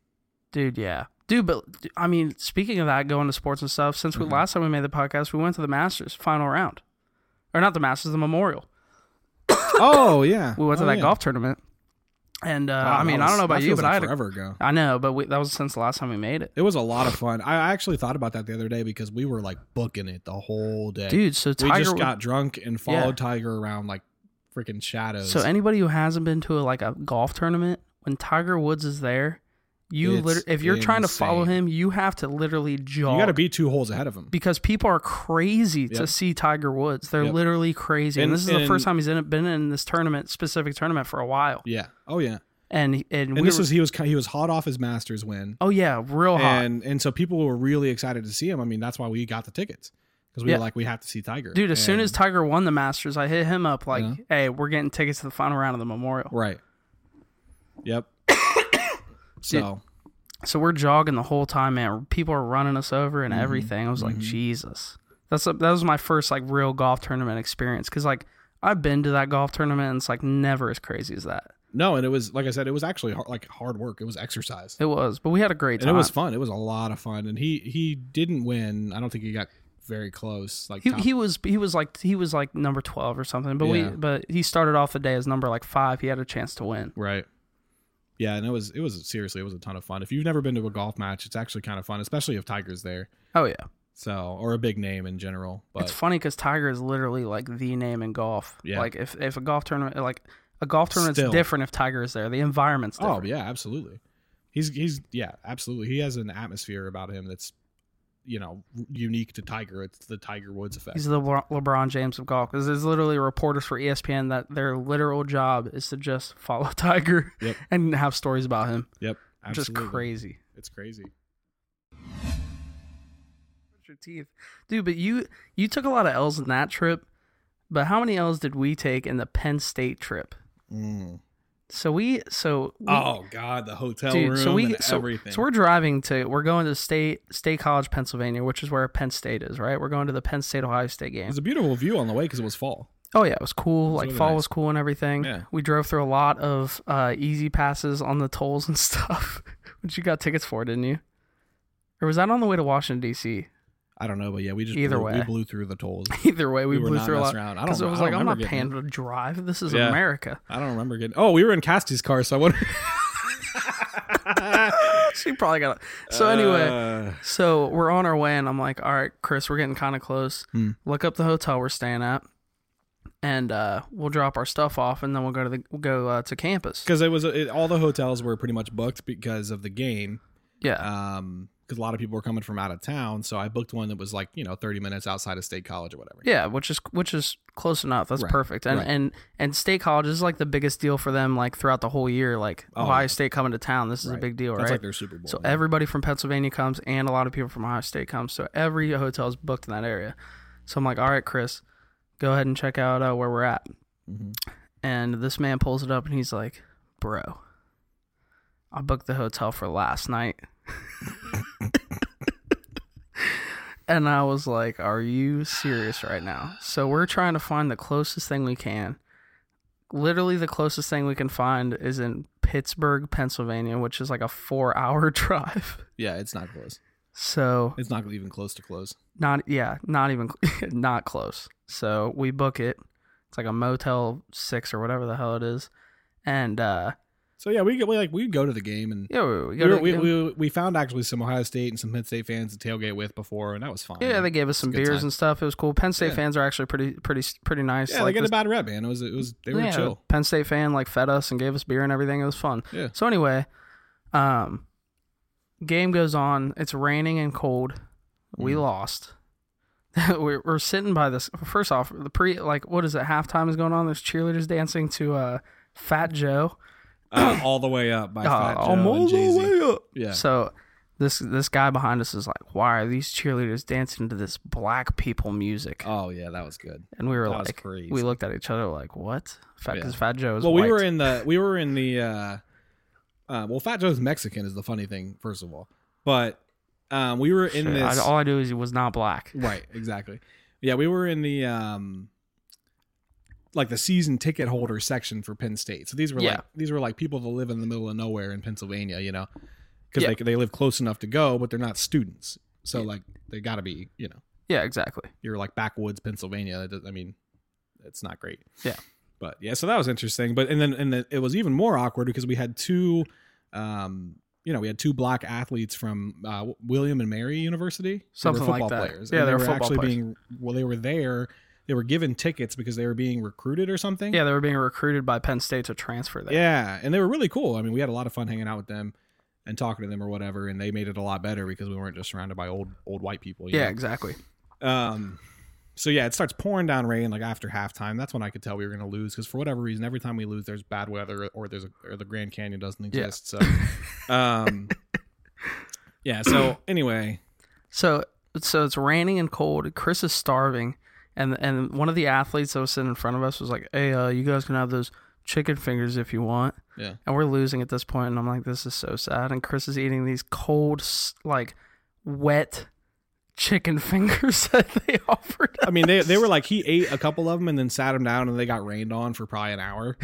[SPEAKER 2] Dude, yeah. Dude, but I mean, speaking of that, going to sports and stuff, since we
[SPEAKER 3] Mhm.
[SPEAKER 2] last time we made the podcast, we went to the Masters final round. Or not the Masters, the Memorial.
[SPEAKER 3] oh yeah,
[SPEAKER 2] We went to
[SPEAKER 3] Oh,
[SPEAKER 2] that
[SPEAKER 3] yeah.
[SPEAKER 2] golf tournament. And uh,
[SPEAKER 3] Wow,
[SPEAKER 2] I mean,
[SPEAKER 3] that
[SPEAKER 2] I don't
[SPEAKER 3] was-
[SPEAKER 2] know about
[SPEAKER 3] that
[SPEAKER 2] you,
[SPEAKER 3] feels
[SPEAKER 2] but
[SPEAKER 3] like
[SPEAKER 2] I had a-
[SPEAKER 3] forever ago.
[SPEAKER 2] I know, but we, that was since the last time we made it.
[SPEAKER 3] It was a lot of fun. I actually thought about that the other day because we were like booking it the whole day.
[SPEAKER 2] Dude, so
[SPEAKER 3] we
[SPEAKER 2] Tiger
[SPEAKER 3] just
[SPEAKER 2] Wo-
[SPEAKER 3] got drunk and followed Tiger around like freaking shadows.
[SPEAKER 2] So anybody who hasn't been to a, like a golf tournament, when Tiger Woods is there, you
[SPEAKER 3] It's
[SPEAKER 2] lit- if you're trying to follow
[SPEAKER 3] insane.
[SPEAKER 2] him, you have to literally jog.
[SPEAKER 3] you got to be two holes ahead of him.
[SPEAKER 2] because people are crazy to
[SPEAKER 3] Yep.
[SPEAKER 2] see Tiger Woods. They're
[SPEAKER 3] Yep.
[SPEAKER 2] literally crazy, and,
[SPEAKER 3] And-
[SPEAKER 2] this is the first
[SPEAKER 3] and-
[SPEAKER 2] time he's in, been in this tournament, specific tournament, for a while.
[SPEAKER 3] Yeah. Oh yeah.
[SPEAKER 2] And and, we
[SPEAKER 3] And this
[SPEAKER 2] were-
[SPEAKER 3] was he was ki- he was hot off his Masters win,
[SPEAKER 2] oh yeah, real hot,
[SPEAKER 3] and and so people were really excited to see him. I mean, that's why we got the tickets because we
[SPEAKER 2] Yeah.
[SPEAKER 3] were like we have to see Tiger,
[SPEAKER 2] dude. As soon
[SPEAKER 3] And- Uh-huh.
[SPEAKER 2] as Tiger won the Masters, I hit him up like,
[SPEAKER 3] Yeah.
[SPEAKER 2] "Hey, we're getting tickets to the final round of the Memorial."
[SPEAKER 3] right. Yep.
[SPEAKER 2] *coughs*
[SPEAKER 3] so
[SPEAKER 2] So we're jogging the whole time, man. People are running us over
[SPEAKER 3] Mm-hmm.
[SPEAKER 2] and everything. I was like, Jesus. That's a, that was my first like real golf tournament experience because like I've been to that golf tournament and it's like never as crazy as that.
[SPEAKER 3] no, and it was like I said, it was actually hard, like hard work. It was exercise.
[SPEAKER 2] It was, but we had a great
[SPEAKER 3] and
[SPEAKER 2] time.
[SPEAKER 3] it was fun. It was a lot of fun, and he he didn't win. I don't think he got very close. Like
[SPEAKER 2] He,
[SPEAKER 3] top-
[SPEAKER 2] he was he was like he was like number twelve or something, but
[SPEAKER 3] Yeah.
[SPEAKER 2] we but he started off the day as number like five. He had a chance to win.
[SPEAKER 3] right, yeah, and it was it was seriously it was a ton of fun. If you've never been to a golf match, it's actually kind of fun, especially if Tiger's there.
[SPEAKER 2] Oh yeah,
[SPEAKER 3] So or a big name in general,
[SPEAKER 2] it's
[SPEAKER 3] but
[SPEAKER 2] funny because Tiger is literally like the name in golf.
[SPEAKER 3] Yeah.
[SPEAKER 2] Like if if a golf tournament like a golf tournament's
[SPEAKER 3] Still.
[SPEAKER 2] different if Tiger is there. The environment's
[SPEAKER 3] oh
[SPEAKER 2] different.
[SPEAKER 3] yeah, absolutely. He's he's yeah, absolutely. He has an atmosphere about him that's you know unique to Tiger. It's the Tiger Woods effect.
[SPEAKER 2] He's the LeBron, LeBron James of golf because there's literally reporters for E ESPN that their literal job is to just follow *laughs* Tiger
[SPEAKER 3] Yep.
[SPEAKER 2] and have stories about him.
[SPEAKER 3] yep,
[SPEAKER 2] Just crazy.
[SPEAKER 3] It's crazy.
[SPEAKER 2] Your teeth, dude. But you you took a lot of L's in that trip, but how many L's did we take in the Penn State trip? Mm. So we so we,
[SPEAKER 3] Oh God, the hotel room
[SPEAKER 2] dude. So we
[SPEAKER 3] and
[SPEAKER 2] so,
[SPEAKER 3] everything.
[SPEAKER 2] so we're driving to we're going to state state college Pennsylvania, which is where Penn State is. Right, we're going to the Penn State Ohio State game.
[SPEAKER 3] it was a beautiful view on the way because it was fall.
[SPEAKER 2] Oh yeah, it was cool. like
[SPEAKER 3] really
[SPEAKER 2] fall
[SPEAKER 3] nice.
[SPEAKER 2] was cool and everything.
[SPEAKER 3] Yeah.
[SPEAKER 2] We drove through a lot of uh, easy passes on the tolls and *laughs* stuff, which you got tickets for, didn't you? Or was that on the way to Washington D.C.?
[SPEAKER 3] I don't know, but yeah, we just
[SPEAKER 2] Either
[SPEAKER 3] blew,
[SPEAKER 2] way.
[SPEAKER 3] we blew through the tolls.
[SPEAKER 2] *laughs* Either way, *laughs* we,
[SPEAKER 3] We were
[SPEAKER 2] blew
[SPEAKER 3] not
[SPEAKER 2] through a lot.
[SPEAKER 3] messing around. I
[SPEAKER 2] Because
[SPEAKER 3] don't-
[SPEAKER 2] I was
[SPEAKER 3] I
[SPEAKER 2] like,
[SPEAKER 3] don't
[SPEAKER 2] I'm not
[SPEAKER 3] remember
[SPEAKER 2] paying
[SPEAKER 3] getting
[SPEAKER 2] to drive. This is
[SPEAKER 3] Yeah.
[SPEAKER 2] America. *laughs*
[SPEAKER 3] I don't remember getting. Oh, we were in Casty's car, so I wonder.
[SPEAKER 2] She probably got. It. *laughs*
[SPEAKER 3] Uh,
[SPEAKER 2] So anyway, so we're on our way, and I'm like, all right, Chris, we're getting kind of close.
[SPEAKER 3] Hmm.
[SPEAKER 2] Look up the hotel we're staying at, and uh, we'll drop our stuff off, and then we'll go to the we'll go uh, to campus.
[SPEAKER 3] because it was it, all the hotels were pretty much booked because of the game.
[SPEAKER 2] Yeah.
[SPEAKER 3] Um, because a lot of people were coming from out of town, so I booked one that was like you know 30 minutes outside of State College or whatever.
[SPEAKER 2] Yeah, which is which is close enough. That's
[SPEAKER 3] Right,
[SPEAKER 2] perfect. And
[SPEAKER 3] right.
[SPEAKER 2] and and state college is like the biggest deal for them. Like throughout the whole year, like
[SPEAKER 3] Oh,
[SPEAKER 2] Ohio
[SPEAKER 3] yeah.
[SPEAKER 2] State coming to town. This is a
[SPEAKER 3] Right.
[SPEAKER 2] big deal,
[SPEAKER 3] That's
[SPEAKER 2] right?
[SPEAKER 3] like their Super Bowl.
[SPEAKER 2] so
[SPEAKER 3] yeah.
[SPEAKER 2] everybody from Pennsylvania comes, and a lot of people from Ohio State comes. So every hotel is booked in that area. So I'm like, all right, Chris, go ahead and check out uh, where we're at.
[SPEAKER 3] Mhm.
[SPEAKER 2] And this man pulls it up, and he's like, bro, I booked the hotel for last night. *laughs* And I was like, Are you serious right now? So we're trying to find the closest thing we can. Literally, the closest thing we can find is in Pittsburgh, Pennsylvania, which is like a four hour *laughs* drive.
[SPEAKER 3] yeah, it's not close.
[SPEAKER 2] So,
[SPEAKER 3] It's not even close to close.
[SPEAKER 2] not, yeah, not even, *laughs* not close. So we book it. It's like a Motel 6 or whatever the hell it is. And, uh,
[SPEAKER 3] So yeah, we get we like we'd go to the game and.
[SPEAKER 2] yeah, we, we
[SPEAKER 3] We,
[SPEAKER 2] go to-
[SPEAKER 3] were- we, we, we found actually some Ohio State and some Penn State fans to tailgate with before, and that was fun.
[SPEAKER 2] yeah, they gave us some
[SPEAKER 3] a good
[SPEAKER 2] beers
[SPEAKER 3] time.
[SPEAKER 2] and stuff. It was cool. Penn State
[SPEAKER 3] Yeah.
[SPEAKER 2] fans are actually pretty, pretty, pretty nice.
[SPEAKER 3] yeah,
[SPEAKER 2] Like,
[SPEAKER 3] they get
[SPEAKER 2] this-
[SPEAKER 3] a bad rep, man. It was it was they were
[SPEAKER 2] Yeah,
[SPEAKER 3] chill.
[SPEAKER 2] Penn State fan like fed us and gave us beer and everything. It was fun.
[SPEAKER 3] Yeah.
[SPEAKER 2] So anyway, um, game goes on. It's raining and cold. We
[SPEAKER 3] Mm.
[SPEAKER 2] lost. *laughs* we're, we're sitting by this. First off, the pre like what is it? Halftime is going on. There's cheerleaders dancing to uh, Fat Joe.
[SPEAKER 3] *coughs* uh, all the way up by
[SPEAKER 2] Uh,
[SPEAKER 3] Fat Joe
[SPEAKER 2] I'm all
[SPEAKER 3] and
[SPEAKER 2] the
[SPEAKER 3] Jay-Z.
[SPEAKER 2] way up.
[SPEAKER 3] Yeah.
[SPEAKER 2] So this this guy behind us is like, why are these cheerleaders dancing to this black people music?
[SPEAKER 3] Oh yeah, that was good.
[SPEAKER 2] and we were
[SPEAKER 3] that was
[SPEAKER 2] like,
[SPEAKER 3] crazy.
[SPEAKER 2] we looked at each other like, what? Because
[SPEAKER 3] Yeah.
[SPEAKER 2] Fat Joe is
[SPEAKER 3] Well, we
[SPEAKER 2] white.
[SPEAKER 3] were in the we were in the uh Uh, well, Fat Joe's Mexican is the funny thing, first of all. But um, we were in
[SPEAKER 2] Shit, I-
[SPEAKER 3] this.
[SPEAKER 2] all I knew is he was not black.
[SPEAKER 3] right, exactly. Yeah, we were in the um, like the season ticket holder section for Penn State. So these were like
[SPEAKER 2] Yeah.
[SPEAKER 3] these were like people that live in the middle of nowhere in Pennsylvania, you know, because
[SPEAKER 2] Yeah.
[SPEAKER 3] they they live close enough to go, but they're not students. So like they got to be, you know,
[SPEAKER 2] Yeah, exactly.
[SPEAKER 3] you're like backwoods Pennsylvania. That does- I mean, it's not great.
[SPEAKER 2] Yeah.
[SPEAKER 3] But yeah, so that was interesting. But and then and then it was even more awkward because we had two, um, you know, we had two black athletes from uh, William and Mary University. They were
[SPEAKER 2] Something like
[SPEAKER 3] football
[SPEAKER 2] that.
[SPEAKER 3] Players.
[SPEAKER 2] Yeah,
[SPEAKER 3] And
[SPEAKER 2] they
[SPEAKER 3] they,
[SPEAKER 2] were
[SPEAKER 3] were
[SPEAKER 2] football
[SPEAKER 3] actually
[SPEAKER 2] players.
[SPEAKER 3] being well, they were there. They were given tickets because they were being recruited or something.
[SPEAKER 2] Yeah, they were being recruited by Penn State to transfer there.
[SPEAKER 3] Yeah, and they were really cool. I mean, we had a lot of fun hanging out with them and talking to them or whatever, and they made it a lot better because we weren't just surrounded by old old white people. you
[SPEAKER 2] Yeah,
[SPEAKER 3] know?
[SPEAKER 2] exactly.
[SPEAKER 3] Um, so yeah, it starts pouring down rain like after halftime. That's when I could tell we were going to lose because for whatever reason, every time we lose, there's bad weather or there's a, or the Grand Canyon doesn't
[SPEAKER 2] Yeah.
[SPEAKER 3] exist. So, um, yeah. So anyway,
[SPEAKER 2] So so it's raining and cold. Chris is starving, and and one of the athletes that was sitting in front of us was like, "Hey, uh, you guys can have those chicken fingers if you want."
[SPEAKER 3] Yeah.
[SPEAKER 2] And we're losing at this point, and I'm like, "This is so sad." And Chris is eating these cold, s- like wet chicken *laughs* fingers that they *laughs* offered.
[SPEAKER 3] I mean they they were like he ate a couple of them and then sat him down and they got rained on for probably an hour,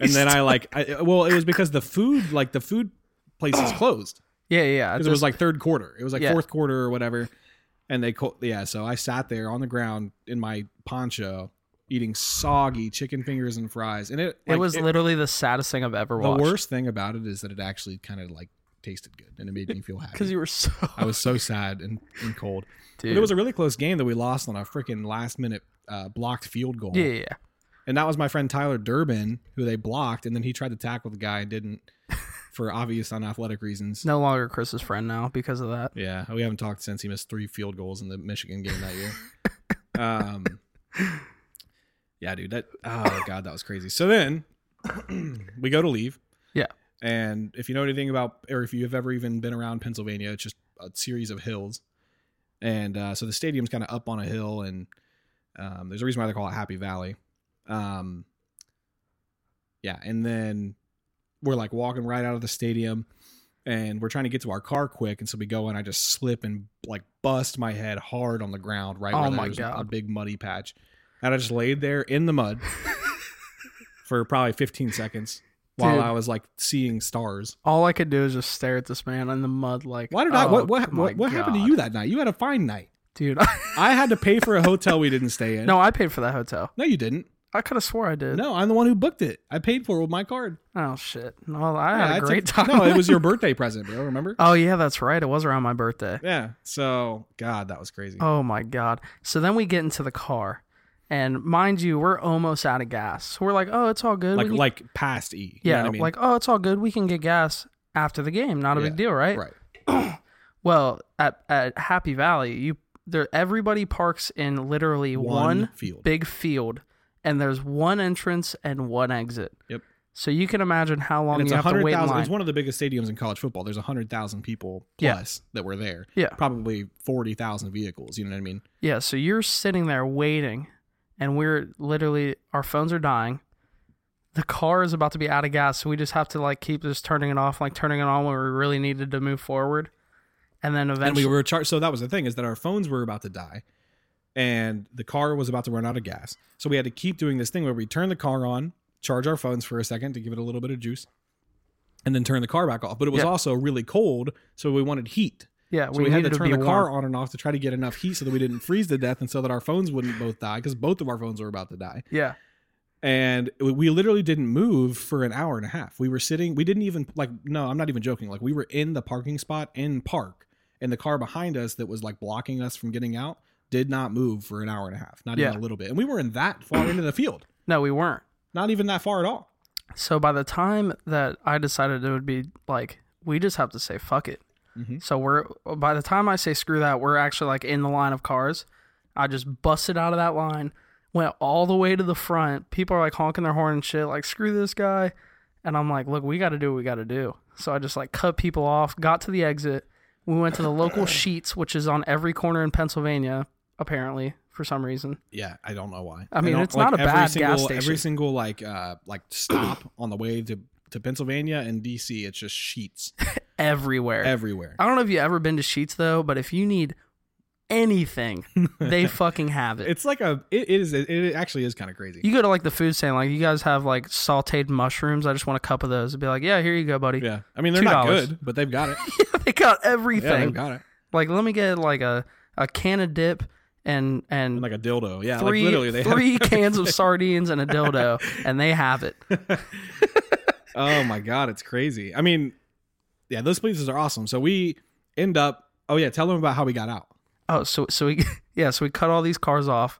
[SPEAKER 3] and then I like I, well it was because the food like the food place is closed.
[SPEAKER 2] Yeah, yeah. I
[SPEAKER 3] because it was
[SPEAKER 2] just-
[SPEAKER 3] like third quarter. It was like
[SPEAKER 2] Yeah.
[SPEAKER 3] fourth quarter or whatever. And they co- yeah, so I sat there on the ground in my poncho eating soggy chicken fingers and fries, and it
[SPEAKER 2] it
[SPEAKER 3] like,
[SPEAKER 2] was literally the saddest thing I've ever
[SPEAKER 3] the
[SPEAKER 2] watched.
[SPEAKER 3] worst thing about it is that it actually kind of like tasted good and it made me
[SPEAKER 2] *laughs*
[SPEAKER 3] feel happy.
[SPEAKER 2] because you were so.
[SPEAKER 3] I was so sad and, and cold.
[SPEAKER 2] *laughs* Dude.
[SPEAKER 3] But it was a really close game that we lost on a freaking last minute uh, blocked field goal.
[SPEAKER 2] yeah, yeah, yeah.
[SPEAKER 3] And that was my friend Tyler Durbin who they blocked, and then he tried to tackle the guy and didn't *laughs* for obvious unathletic reasons.
[SPEAKER 2] No longer Chris's friend now because of that.
[SPEAKER 3] Yeah, we haven't talked since he missed three field goals in the Michigan game that year. um, yeah, dude, that oh god, that was crazy. So then *clears throat* we go to leave.
[SPEAKER 2] Yeah.
[SPEAKER 3] and if you know anything about, or if you have ever even been around Pennsylvania, it's just a series of hills, and uh, so the stadium's kind of up on a hill, and um, there's a reason why they call it Happy Valley. Um, yeah, and then we're like walking right out of the stadium and we're trying to get to our car quick and so we go and i just slip and like bust my head hard on the ground right
[SPEAKER 2] Oh
[SPEAKER 3] where there
[SPEAKER 2] my
[SPEAKER 3] was a
[SPEAKER 2] God.
[SPEAKER 3] big muddy patch and i just laid there in the mud for probably 15
[SPEAKER 2] *laughs*
[SPEAKER 3] seconds while
[SPEAKER 2] Dude.
[SPEAKER 3] i was like seeing stars
[SPEAKER 2] All I could do is just stare at this man in the mud, like.
[SPEAKER 3] why did i what
[SPEAKER 2] "Oh,
[SPEAKER 3] what,
[SPEAKER 2] my
[SPEAKER 3] what, what happened to
[SPEAKER 2] God."
[SPEAKER 3] you that night you had a fine night
[SPEAKER 2] dude?
[SPEAKER 3] i had to pay for a hotel we didn't stay
[SPEAKER 2] *laughs*
[SPEAKER 3] in
[SPEAKER 2] no, I paid for that hotel.
[SPEAKER 3] no you didn't
[SPEAKER 2] I could have swore I did.
[SPEAKER 3] no i'm the one who booked it i paid for it with my card
[SPEAKER 2] Oh shit! Well, I
[SPEAKER 3] Yeah, I
[SPEAKER 2] had a
[SPEAKER 3] took- *laughs*
[SPEAKER 2] great time.
[SPEAKER 3] no it was your birthday present bro remember
[SPEAKER 2] oh yeah, that's right. It was around my birthday.
[SPEAKER 3] yeah so god that was crazy
[SPEAKER 2] Oh my god! So then we get into the car, and mind you, we're almost out of gas. So we're like, oh, it's all good.
[SPEAKER 3] like
[SPEAKER 2] We can-
[SPEAKER 3] like past e you know
[SPEAKER 2] yeah,
[SPEAKER 3] what I mean?
[SPEAKER 2] like oh, it's all good. We can get gas after the game. Not a
[SPEAKER 3] Yeah,
[SPEAKER 2] big deal, right?
[SPEAKER 3] right
[SPEAKER 2] Well, at at Happy Valley, you there everybody parks in literally one
[SPEAKER 3] field.
[SPEAKER 2] big field and there's one entrance and one exit.
[SPEAKER 3] Yep.
[SPEAKER 2] So you can imagine how long
[SPEAKER 3] and it's
[SPEAKER 2] you
[SPEAKER 3] a
[SPEAKER 2] have to
[SPEAKER 3] hundred
[SPEAKER 2] wait in
[SPEAKER 3] thousand.
[SPEAKER 2] line.
[SPEAKER 3] It's one of the biggest stadiums in college football. There's a hundred thousand people
[SPEAKER 2] Yeah.
[SPEAKER 3] plus that were there.
[SPEAKER 2] Yeah.
[SPEAKER 3] probably forty thousand vehicles. You know what I mean?
[SPEAKER 2] yeah, so you're sitting there waiting and we're literally our phones are dying. The car is about to be out of gas, so we just have to like keep just turning it off, like turning it on when we really needed to move forward. And then
[SPEAKER 3] And
[SPEAKER 2] eventually
[SPEAKER 3] we were charged. So that was the thing is that our phones were about to die, and the car was about to run out of gas. So we had to keep doing this thing where we turn the car on, charge our phones for a second to give it a little bit of juice, and then turn the car back off. But it was
[SPEAKER 2] Yeah.
[SPEAKER 3] also really cold, so we wanted heat.
[SPEAKER 2] yeah,
[SPEAKER 3] So we, had to
[SPEAKER 2] needed
[SPEAKER 3] turn
[SPEAKER 2] be
[SPEAKER 3] the car
[SPEAKER 2] warm.
[SPEAKER 3] on and off to try to get enough heat so that we didn't freeze to death and so that our phones wouldn't both die because both of our phones were about to die.
[SPEAKER 2] Yeah.
[SPEAKER 3] and we- we literally didn't move for an hour and a half. We were sitting, we didn't even like no, I'm not even joking. Like we were in the parking spot in park and the car behind us that was like blocking us from getting out did not move for an hour and a half, not even
[SPEAKER 2] Yeah.
[SPEAKER 3] a little bit. And we were in that far into the field.
[SPEAKER 2] No, we weren't.
[SPEAKER 3] Not even that far at all.
[SPEAKER 2] So by the time that I decided it would be like, we just have to say fuck it.
[SPEAKER 3] Mhm.
[SPEAKER 2] So we're by the time I say screw that, we're actually like in the line of cars. I just busted out of that line, went all the way to the front. People are like honking their horn and shit, like screw this guy. And I'm like, look, we got to do what we got to do. So I just like cut people off, got to the exit. We went to the local Sheets, which is on every corner in Pennsylvania, apparently, for some reason.
[SPEAKER 3] Yeah, I don't know why.
[SPEAKER 2] I mean,
[SPEAKER 3] don't-
[SPEAKER 2] it's not a
[SPEAKER 3] every
[SPEAKER 2] bad gas
[SPEAKER 3] single, Every
[SPEAKER 2] station.
[SPEAKER 3] single like uh like stop *coughs* on the way to to Pennsylvania and DC. It's just sheets
[SPEAKER 2] everywhere.
[SPEAKER 3] everywhere.
[SPEAKER 2] I don't know if you've ever been to Sheets though, but if you need anything,
[SPEAKER 3] *laughs*
[SPEAKER 2] they fucking have it.
[SPEAKER 3] It's like a it, it is it, it actually is kind of crazy.
[SPEAKER 2] you go to like the food stand, like you guys have like sauteed mushrooms. I just want a cup of those. It'd be like, yeah, here you go, buddy.
[SPEAKER 3] Yeah, I mean they're not
[SPEAKER 2] $2.
[SPEAKER 3] good, but they've got it.
[SPEAKER 2] *laughs* they got
[SPEAKER 3] yeah,
[SPEAKER 2] everything.
[SPEAKER 3] they've got it.
[SPEAKER 2] like, let me get like a, a can of dip and and,
[SPEAKER 3] And like a dildo. Yeah,
[SPEAKER 2] three
[SPEAKER 3] like literally they have-
[SPEAKER 2] three cans of sardines and a dildo, and they have it.
[SPEAKER 3] *laughs* oh my god, it's crazy. I mean, yeah, those places are awesome. So we end up. Oh yeah, tell them about how we got out.
[SPEAKER 2] Oh, so so we *laughs* yeah, so we cut all these cars off,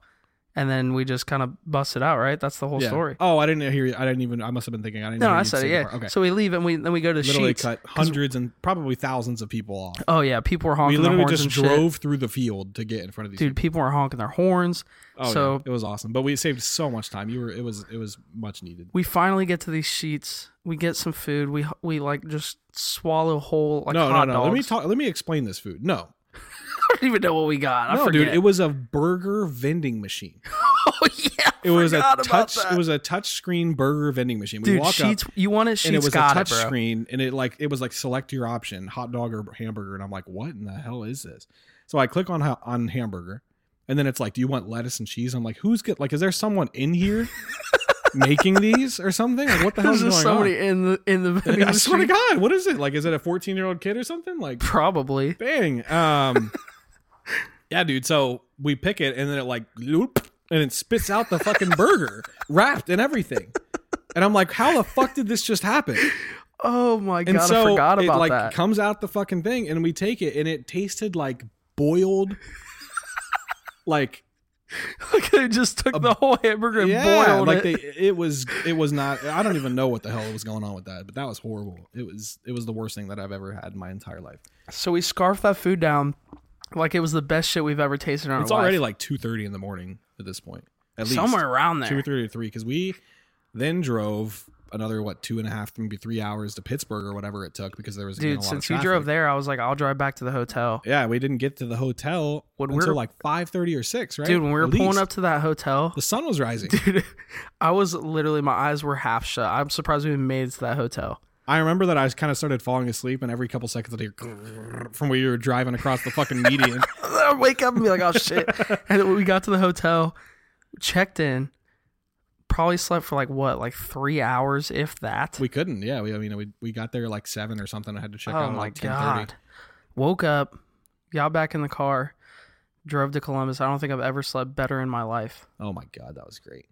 [SPEAKER 2] and then we just kind of bust it out, right? That's the whole
[SPEAKER 3] Yeah.
[SPEAKER 2] story.
[SPEAKER 3] Oh, I didn't hear. you. I didn't even. I must have been thinking. I didn't.
[SPEAKER 2] No,
[SPEAKER 3] hear
[SPEAKER 2] I
[SPEAKER 3] you'd
[SPEAKER 2] said
[SPEAKER 3] say
[SPEAKER 2] it.
[SPEAKER 3] the
[SPEAKER 2] Yeah.
[SPEAKER 3] part. Okay.
[SPEAKER 2] So we leave and we then we go to
[SPEAKER 3] literally
[SPEAKER 2] sheets.
[SPEAKER 3] cut hundreds and probably thousands of people off.
[SPEAKER 2] Oh yeah, people were
[SPEAKER 3] We
[SPEAKER 2] honking their
[SPEAKER 3] literally
[SPEAKER 2] horns
[SPEAKER 3] just
[SPEAKER 2] and shit.
[SPEAKER 3] drove through the field to get in front of these.
[SPEAKER 2] Dude, people were honking their horns.
[SPEAKER 3] people. Oh,
[SPEAKER 2] so-
[SPEAKER 3] yeah. it was awesome, but we saved so much time. You were. It was. It was much needed.
[SPEAKER 2] We finally get to these sheets. We get some food. We we like just swallow whole like
[SPEAKER 3] no, no,
[SPEAKER 2] hot
[SPEAKER 3] no.
[SPEAKER 2] dogs. *laughs*
[SPEAKER 3] Let me talk. Let me explain this food. No,
[SPEAKER 2] I don't even know what we got. I
[SPEAKER 3] no,
[SPEAKER 2] forget.
[SPEAKER 3] dude. It was a burger vending machine.
[SPEAKER 2] *laughs* oh yeah, I
[SPEAKER 3] It was a
[SPEAKER 2] forgot about
[SPEAKER 3] touch.
[SPEAKER 2] that.
[SPEAKER 3] It was a touch screen burger vending machine. We
[SPEAKER 2] dude.
[SPEAKER 3] walk up.
[SPEAKER 2] sheets. You want it? Sheets
[SPEAKER 3] and it was a
[SPEAKER 2] got
[SPEAKER 3] touch
[SPEAKER 2] it, bro.
[SPEAKER 3] screen and it like it was like select your option hot dog or hamburger and i'm like what in the hell is this so i click on ha- on hamburger and then it's like do you want lettuce and cheese i'm like who's get like is there someone
[SPEAKER 2] *laughs*
[SPEAKER 3] in here making these or something like what the hell
[SPEAKER 2] There's just
[SPEAKER 3] is going
[SPEAKER 2] somebody in the in the
[SPEAKER 3] on
[SPEAKER 2] vending
[SPEAKER 3] *laughs* i swear to
[SPEAKER 2] machine.
[SPEAKER 3] god what is it like is it a 14 year old kid or something like
[SPEAKER 2] Probably.
[SPEAKER 3] Bang. Um,
[SPEAKER 2] *laughs*
[SPEAKER 3] yeah, dude. So we pick it, and then it like loop, and it spits out the fucking burger wrapped and everything. And I'm like, how the fuck did this just happen?
[SPEAKER 2] Oh my
[SPEAKER 3] And
[SPEAKER 2] god,
[SPEAKER 3] so
[SPEAKER 2] I forgot about
[SPEAKER 3] it like
[SPEAKER 2] that.
[SPEAKER 3] comes out the fucking thing, and we take it, and it tasted like boiled, like
[SPEAKER 2] Like they just took the whole hamburger and
[SPEAKER 3] yeah,
[SPEAKER 2] boiled
[SPEAKER 3] like
[SPEAKER 2] *laughs* it.
[SPEAKER 3] they. It was it was not. I don't even know what the hell was going on with that, but that was horrible. It was it was the worst thing that I've ever had in my entire life.
[SPEAKER 2] so we scarfed that food down, like it was the best shit we've ever tasted in our
[SPEAKER 3] It's
[SPEAKER 2] life.
[SPEAKER 3] already like two thirty in the morning at this point. At least
[SPEAKER 2] somewhere around
[SPEAKER 3] two or
[SPEAKER 2] there.
[SPEAKER 3] three to three because we then drove another what two and a half maybe three hours to pittsburgh or whatever it took because there was again, a
[SPEAKER 2] Dude,
[SPEAKER 3] lot
[SPEAKER 2] since
[SPEAKER 3] of
[SPEAKER 2] you
[SPEAKER 3] traffic.
[SPEAKER 2] drove there, I was like, I'll drive back to the hotel.
[SPEAKER 3] yeah we didn't get to the hotel
[SPEAKER 2] When we
[SPEAKER 3] until
[SPEAKER 2] were-
[SPEAKER 3] like five thirty or 6 right
[SPEAKER 2] Dude, when we were
[SPEAKER 3] At
[SPEAKER 2] pulling
[SPEAKER 3] least.
[SPEAKER 2] up to that hotel,
[SPEAKER 3] the sun was rising
[SPEAKER 2] dude, I was literally my eyes were half shut. I'm surprised we even made it to that hotel. *laughs*
[SPEAKER 3] i remember that i kind of started falling asleep and every couple seconds i'd hear grrrr from where you were driving across the fucking median
[SPEAKER 2] I wake up and be like, oh shit. and then we got to the hotel, checked in, probably slept for like what, like three hours, if that.
[SPEAKER 3] *laughs* we couldn't yeah we, i mean we, we got there like seven or something i had to check out
[SPEAKER 2] oh
[SPEAKER 3] at,
[SPEAKER 2] my
[SPEAKER 3] like 10
[SPEAKER 2] god. Woke up, got back in the car, drove to Columbus. I don't think I've ever slept better in my life.
[SPEAKER 3] oh my god that was great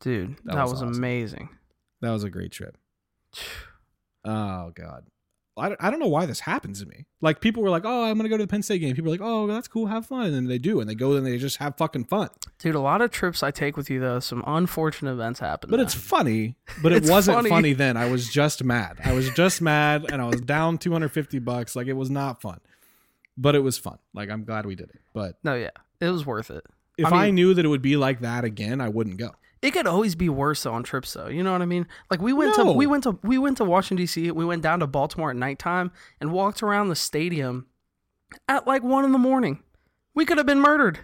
[SPEAKER 2] Dude, that,
[SPEAKER 3] That
[SPEAKER 2] was,
[SPEAKER 3] was awesome.
[SPEAKER 2] amazing.
[SPEAKER 3] that was a great trip Oh God. I don't, I don't know why this happens to me. Like people were like, "Oh, I'm gonna go to the Penn State game." People are like, "Oh, that's cool, have fun," and then they do, and they go and they just have fucking fun.
[SPEAKER 2] Dude, a lot of trips I take with you though, some unfortunate events happen.
[SPEAKER 3] But
[SPEAKER 2] though.
[SPEAKER 3] it's funny. *laughs* But it
[SPEAKER 2] It's
[SPEAKER 3] wasn't
[SPEAKER 2] funny.
[SPEAKER 3] funny. then. I was just mad. I was just mad, and I was down 250 bucks. Like it was not fun, but it was fun. Like I'm glad we did it. But
[SPEAKER 2] No, yeah. It was worth it.
[SPEAKER 3] if I,
[SPEAKER 2] mean-
[SPEAKER 3] knew that it would be like that again, I wouldn't go.
[SPEAKER 2] It could always be worse though on trips though. You know what I mean? Like we went to
[SPEAKER 3] No.
[SPEAKER 2] we went to we went to Washington D.C. We went down to Baltimore at nighttime and walked around the stadium at like one in the morning. We could have been murdered,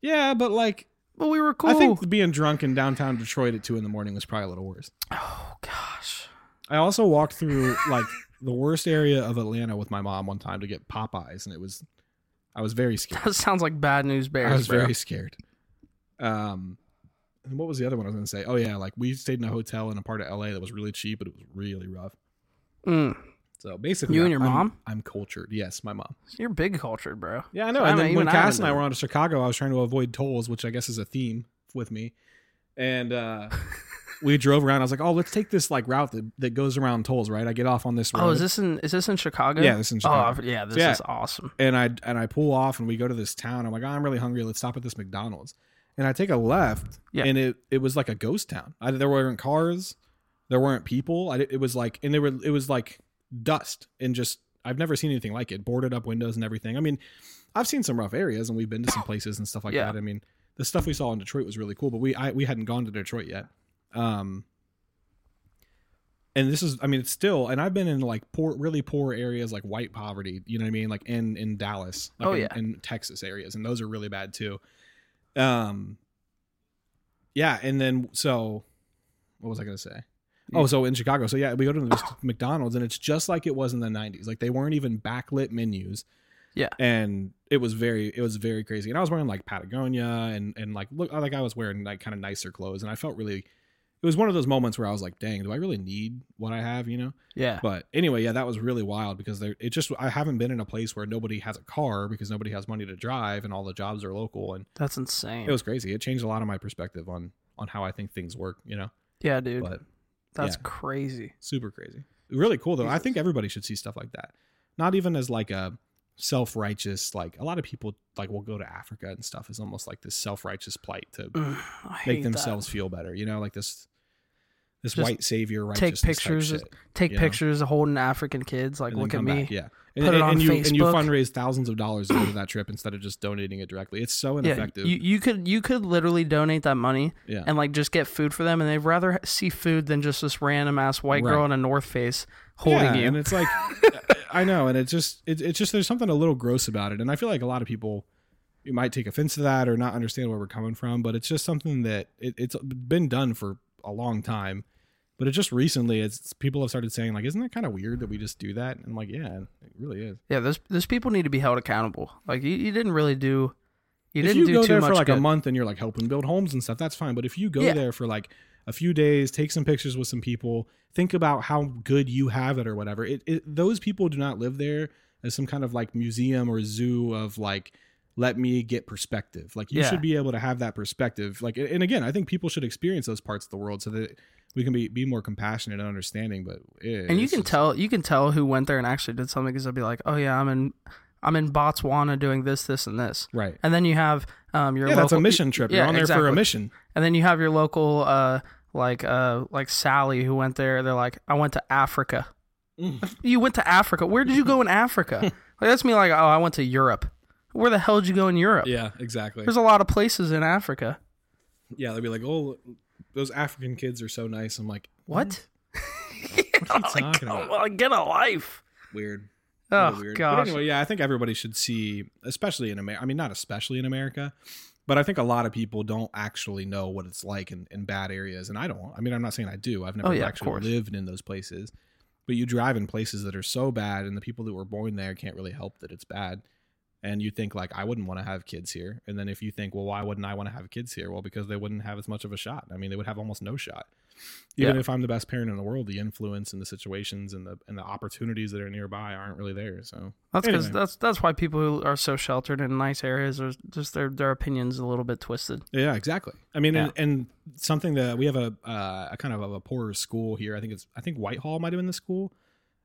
[SPEAKER 3] Yeah, but like
[SPEAKER 2] but we were cool.
[SPEAKER 3] I think being drunk in downtown Detroit at two in the morning was probably a little worse.
[SPEAKER 2] oh gosh,
[SPEAKER 3] I also walked through like the worst area of Atlanta with my mom one time to get Popeyes, and it was I was very scared.
[SPEAKER 2] that sounds like bad news bears.
[SPEAKER 3] I was
[SPEAKER 2] bro.
[SPEAKER 3] very scared. Um, and what was the other one I was gonna say? Oh yeah, like we stayed in a hotel in a part of LA that was really cheap, but it was really rough.
[SPEAKER 2] Mm,
[SPEAKER 3] So basically,
[SPEAKER 2] You and your
[SPEAKER 3] I'm-
[SPEAKER 2] mom?
[SPEAKER 3] I'm cultured. Yes, my mom.
[SPEAKER 2] you're big cultured, bro.
[SPEAKER 3] Yeah, I know.
[SPEAKER 2] So, I mean,
[SPEAKER 3] and then
[SPEAKER 2] even
[SPEAKER 3] when
[SPEAKER 2] I
[SPEAKER 3] Cass
[SPEAKER 2] would
[SPEAKER 3] and I
[SPEAKER 2] know.
[SPEAKER 3] were on to Chicago, I was trying to avoid tolls, which I guess is a theme with me.
[SPEAKER 2] *laughs*
[SPEAKER 3] And uh, we drove around. I was like, "Oh, let's take this like route that, that goes around tolls, right?" I get off on this road.
[SPEAKER 2] Oh, is this in is this in Chicago?
[SPEAKER 3] Yeah, this is in
[SPEAKER 2] Oh,
[SPEAKER 3] Chicago.
[SPEAKER 2] I've- yeah, this
[SPEAKER 3] Yeah.
[SPEAKER 2] is awesome.
[SPEAKER 3] and I and I pull off and we go to this town. I'm like, "Oh, I'm really hungry. Let's stop at this McDonald's. And I take a left,
[SPEAKER 2] Yeah.
[SPEAKER 3] and it it was like a ghost town. I, there weren't cars, there weren't people. I, di- it was like, and they were it was like dust and just. I've never seen anything like it. Boarded up windows and everything. I mean, I've seen some rough areas, and we've been
[SPEAKER 2] *laughs*
[SPEAKER 3] to some places and stuff like
[SPEAKER 2] Yeah.
[SPEAKER 3] that. I mean, the stuff we saw in Detroit was really cool, but we I, we hadn't gone to Detroit yet. Um, and this is, I mean, it's still, and I've been in like poor, really poor areas, like white poverty. You know what I mean? Like in in Dallas, like
[SPEAKER 2] Oh,
[SPEAKER 3] in,
[SPEAKER 2] yeah.
[SPEAKER 3] in Texas areas, and those are really bad too. Um, yeah, and then so, what was I gonna say? Oh, so in Chicago, so yeah, we go to this McDonald's and it's just like it was in the '90s. Like they weren't even backlit menus.
[SPEAKER 2] Yeah.
[SPEAKER 3] and it was very, it was very crazy. And I was wearing like Patagonia and and like look, like I was wearing like kind of nicer clothes, and I felt really. It was one of those moments where I was like, "Dang, do I really need what I have?" You know.
[SPEAKER 2] Yeah.
[SPEAKER 3] But anyway, yeah, that was really wild because there it just I haven't been in a place where nobody has a car because nobody has money to drive and all the jobs are local and
[SPEAKER 2] That's insane.
[SPEAKER 3] it was crazy. It changed a lot of my perspective on on how I think things work, you know.
[SPEAKER 2] yeah, dude.
[SPEAKER 3] But
[SPEAKER 2] That's
[SPEAKER 3] yeah.
[SPEAKER 2] crazy.
[SPEAKER 3] super crazy. Really cool though. I
[SPEAKER 2] Jesus.
[SPEAKER 3] think everybody should see stuff like that. Not even as like a self-righteous like a lot of people like will go to Africa and stuff is almost like this self-righteous plight to
[SPEAKER 2] Ugh, I hate
[SPEAKER 3] make
[SPEAKER 2] that.
[SPEAKER 3] themselves feel better, you know, like this this
[SPEAKER 2] Just
[SPEAKER 3] white savior
[SPEAKER 2] take
[SPEAKER 3] righteousness type
[SPEAKER 2] pictures,
[SPEAKER 3] shit.
[SPEAKER 2] take
[SPEAKER 3] you know?
[SPEAKER 2] pictures holding African kids. Like,
[SPEAKER 3] and then
[SPEAKER 2] look at
[SPEAKER 3] come
[SPEAKER 2] me.
[SPEAKER 3] back, Yeah,
[SPEAKER 2] Put
[SPEAKER 3] and,
[SPEAKER 2] it
[SPEAKER 3] and-
[SPEAKER 2] on
[SPEAKER 3] and you and you
[SPEAKER 2] Facebook.
[SPEAKER 3] fundraise thousands of dollars to go to that trip instead of just donating it directly. It's so
[SPEAKER 2] Yeah,
[SPEAKER 3] ineffective.
[SPEAKER 2] you, you could you could literally donate that money
[SPEAKER 3] Yeah.
[SPEAKER 2] and like just get food for them, and they'd rather ha- see food than just this random ass white girl
[SPEAKER 3] Right.
[SPEAKER 2] in a North Face holding
[SPEAKER 3] Yeah,
[SPEAKER 2] you.
[SPEAKER 3] and
[SPEAKER 2] *laughs*
[SPEAKER 3] it's like I know, and it's just it, it's just there's something a little gross about it, and I feel like a lot of people you might take offense to that or not understand where we're coming from, but it's just something that it, it's been done for a long time. But it just recently, it's people have started saying like, "Isn't that kind of weird that we just do that?" And I'm like, "Yeah, it really is."
[SPEAKER 2] yeah, those those people need to be held accountable. Like, you, you didn't really do, you
[SPEAKER 3] if
[SPEAKER 2] didn't
[SPEAKER 3] you
[SPEAKER 2] do
[SPEAKER 3] go
[SPEAKER 2] too
[SPEAKER 3] there
[SPEAKER 2] much
[SPEAKER 3] for like
[SPEAKER 2] good.
[SPEAKER 3] a month and you're like helping build homes and stuff, that's fine. But if you go
[SPEAKER 2] Yeah.
[SPEAKER 3] there for like a few days, take some pictures with some people, think about how good you have it or whatever. It, it those people do not live there as some kind of like museum or zoo of like let me get perspective. Like you
[SPEAKER 2] Yeah.
[SPEAKER 3] should be able to have that perspective. Like and again, I think people should experience those parts of the world so that we can be be more compassionate and understanding. But eh,
[SPEAKER 2] and you
[SPEAKER 3] it's
[SPEAKER 2] can
[SPEAKER 3] just-
[SPEAKER 2] tell you can tell who went there and actually did something because they'll be like, oh yeah, I'm in I'm in Botswana doing this, this, and this.
[SPEAKER 3] right.
[SPEAKER 2] And then you have um your
[SPEAKER 3] Yeah, that's a
[SPEAKER 2] local-
[SPEAKER 3] mission trip. You're
[SPEAKER 2] yeah,
[SPEAKER 3] on there for a
[SPEAKER 2] exactly.
[SPEAKER 3] mission.
[SPEAKER 2] And then you have your local uh like uh like Sally who went there. They're like, I went to Africa.
[SPEAKER 3] Mm.
[SPEAKER 2] You went to Africa. Where did you go in
[SPEAKER 3] *laughs*
[SPEAKER 2] Africa? like that's me like, oh, I went to Europe. Where the hell did you go in Europe?
[SPEAKER 3] Yeah, exactly.
[SPEAKER 2] There's a lot of places in Africa.
[SPEAKER 3] Yeah, they'd be like, "Oh, those African kids are so nice." I'm like,
[SPEAKER 2] What?
[SPEAKER 3] "What are you talking
[SPEAKER 2] Oh,
[SPEAKER 3] about?"
[SPEAKER 2] well, get a life.
[SPEAKER 3] Weird.
[SPEAKER 2] Oh
[SPEAKER 3] Really weird. But
[SPEAKER 2] gosh.
[SPEAKER 3] anyway, yeah, I think everybody should see, especially in America. I mean, not especially in America, but I think a lot of people don't actually know what it's like in, in bad areas, and I don't. I mean, I'm not saying I do. I've never
[SPEAKER 2] Oh, yeah, of
[SPEAKER 3] actually
[SPEAKER 2] course.
[SPEAKER 3] lived in those places, but you drive in places that are so bad, and the people that were born there can't really help that it's bad. And you think like I wouldn't want to have kids here, and then if you think, well, why wouldn't I want to have kids here? Well, because they wouldn't have as much of a shot. I mean, they would have almost no shot. Even
[SPEAKER 2] Yeah.
[SPEAKER 3] if I'm the best parent in the world, the influence and the situations and the and the opportunities that are nearby aren't really there. So
[SPEAKER 2] That's because
[SPEAKER 3] Anyway.
[SPEAKER 2] that's that's why people who are so sheltered in nice areas are just their their opinions a little bit twisted.
[SPEAKER 3] Yeah, exactly. I mean,
[SPEAKER 2] Yeah.
[SPEAKER 3] and, and something that we have a uh, a kind of a poorer school here. I think it's I think Whitehall might have been the school.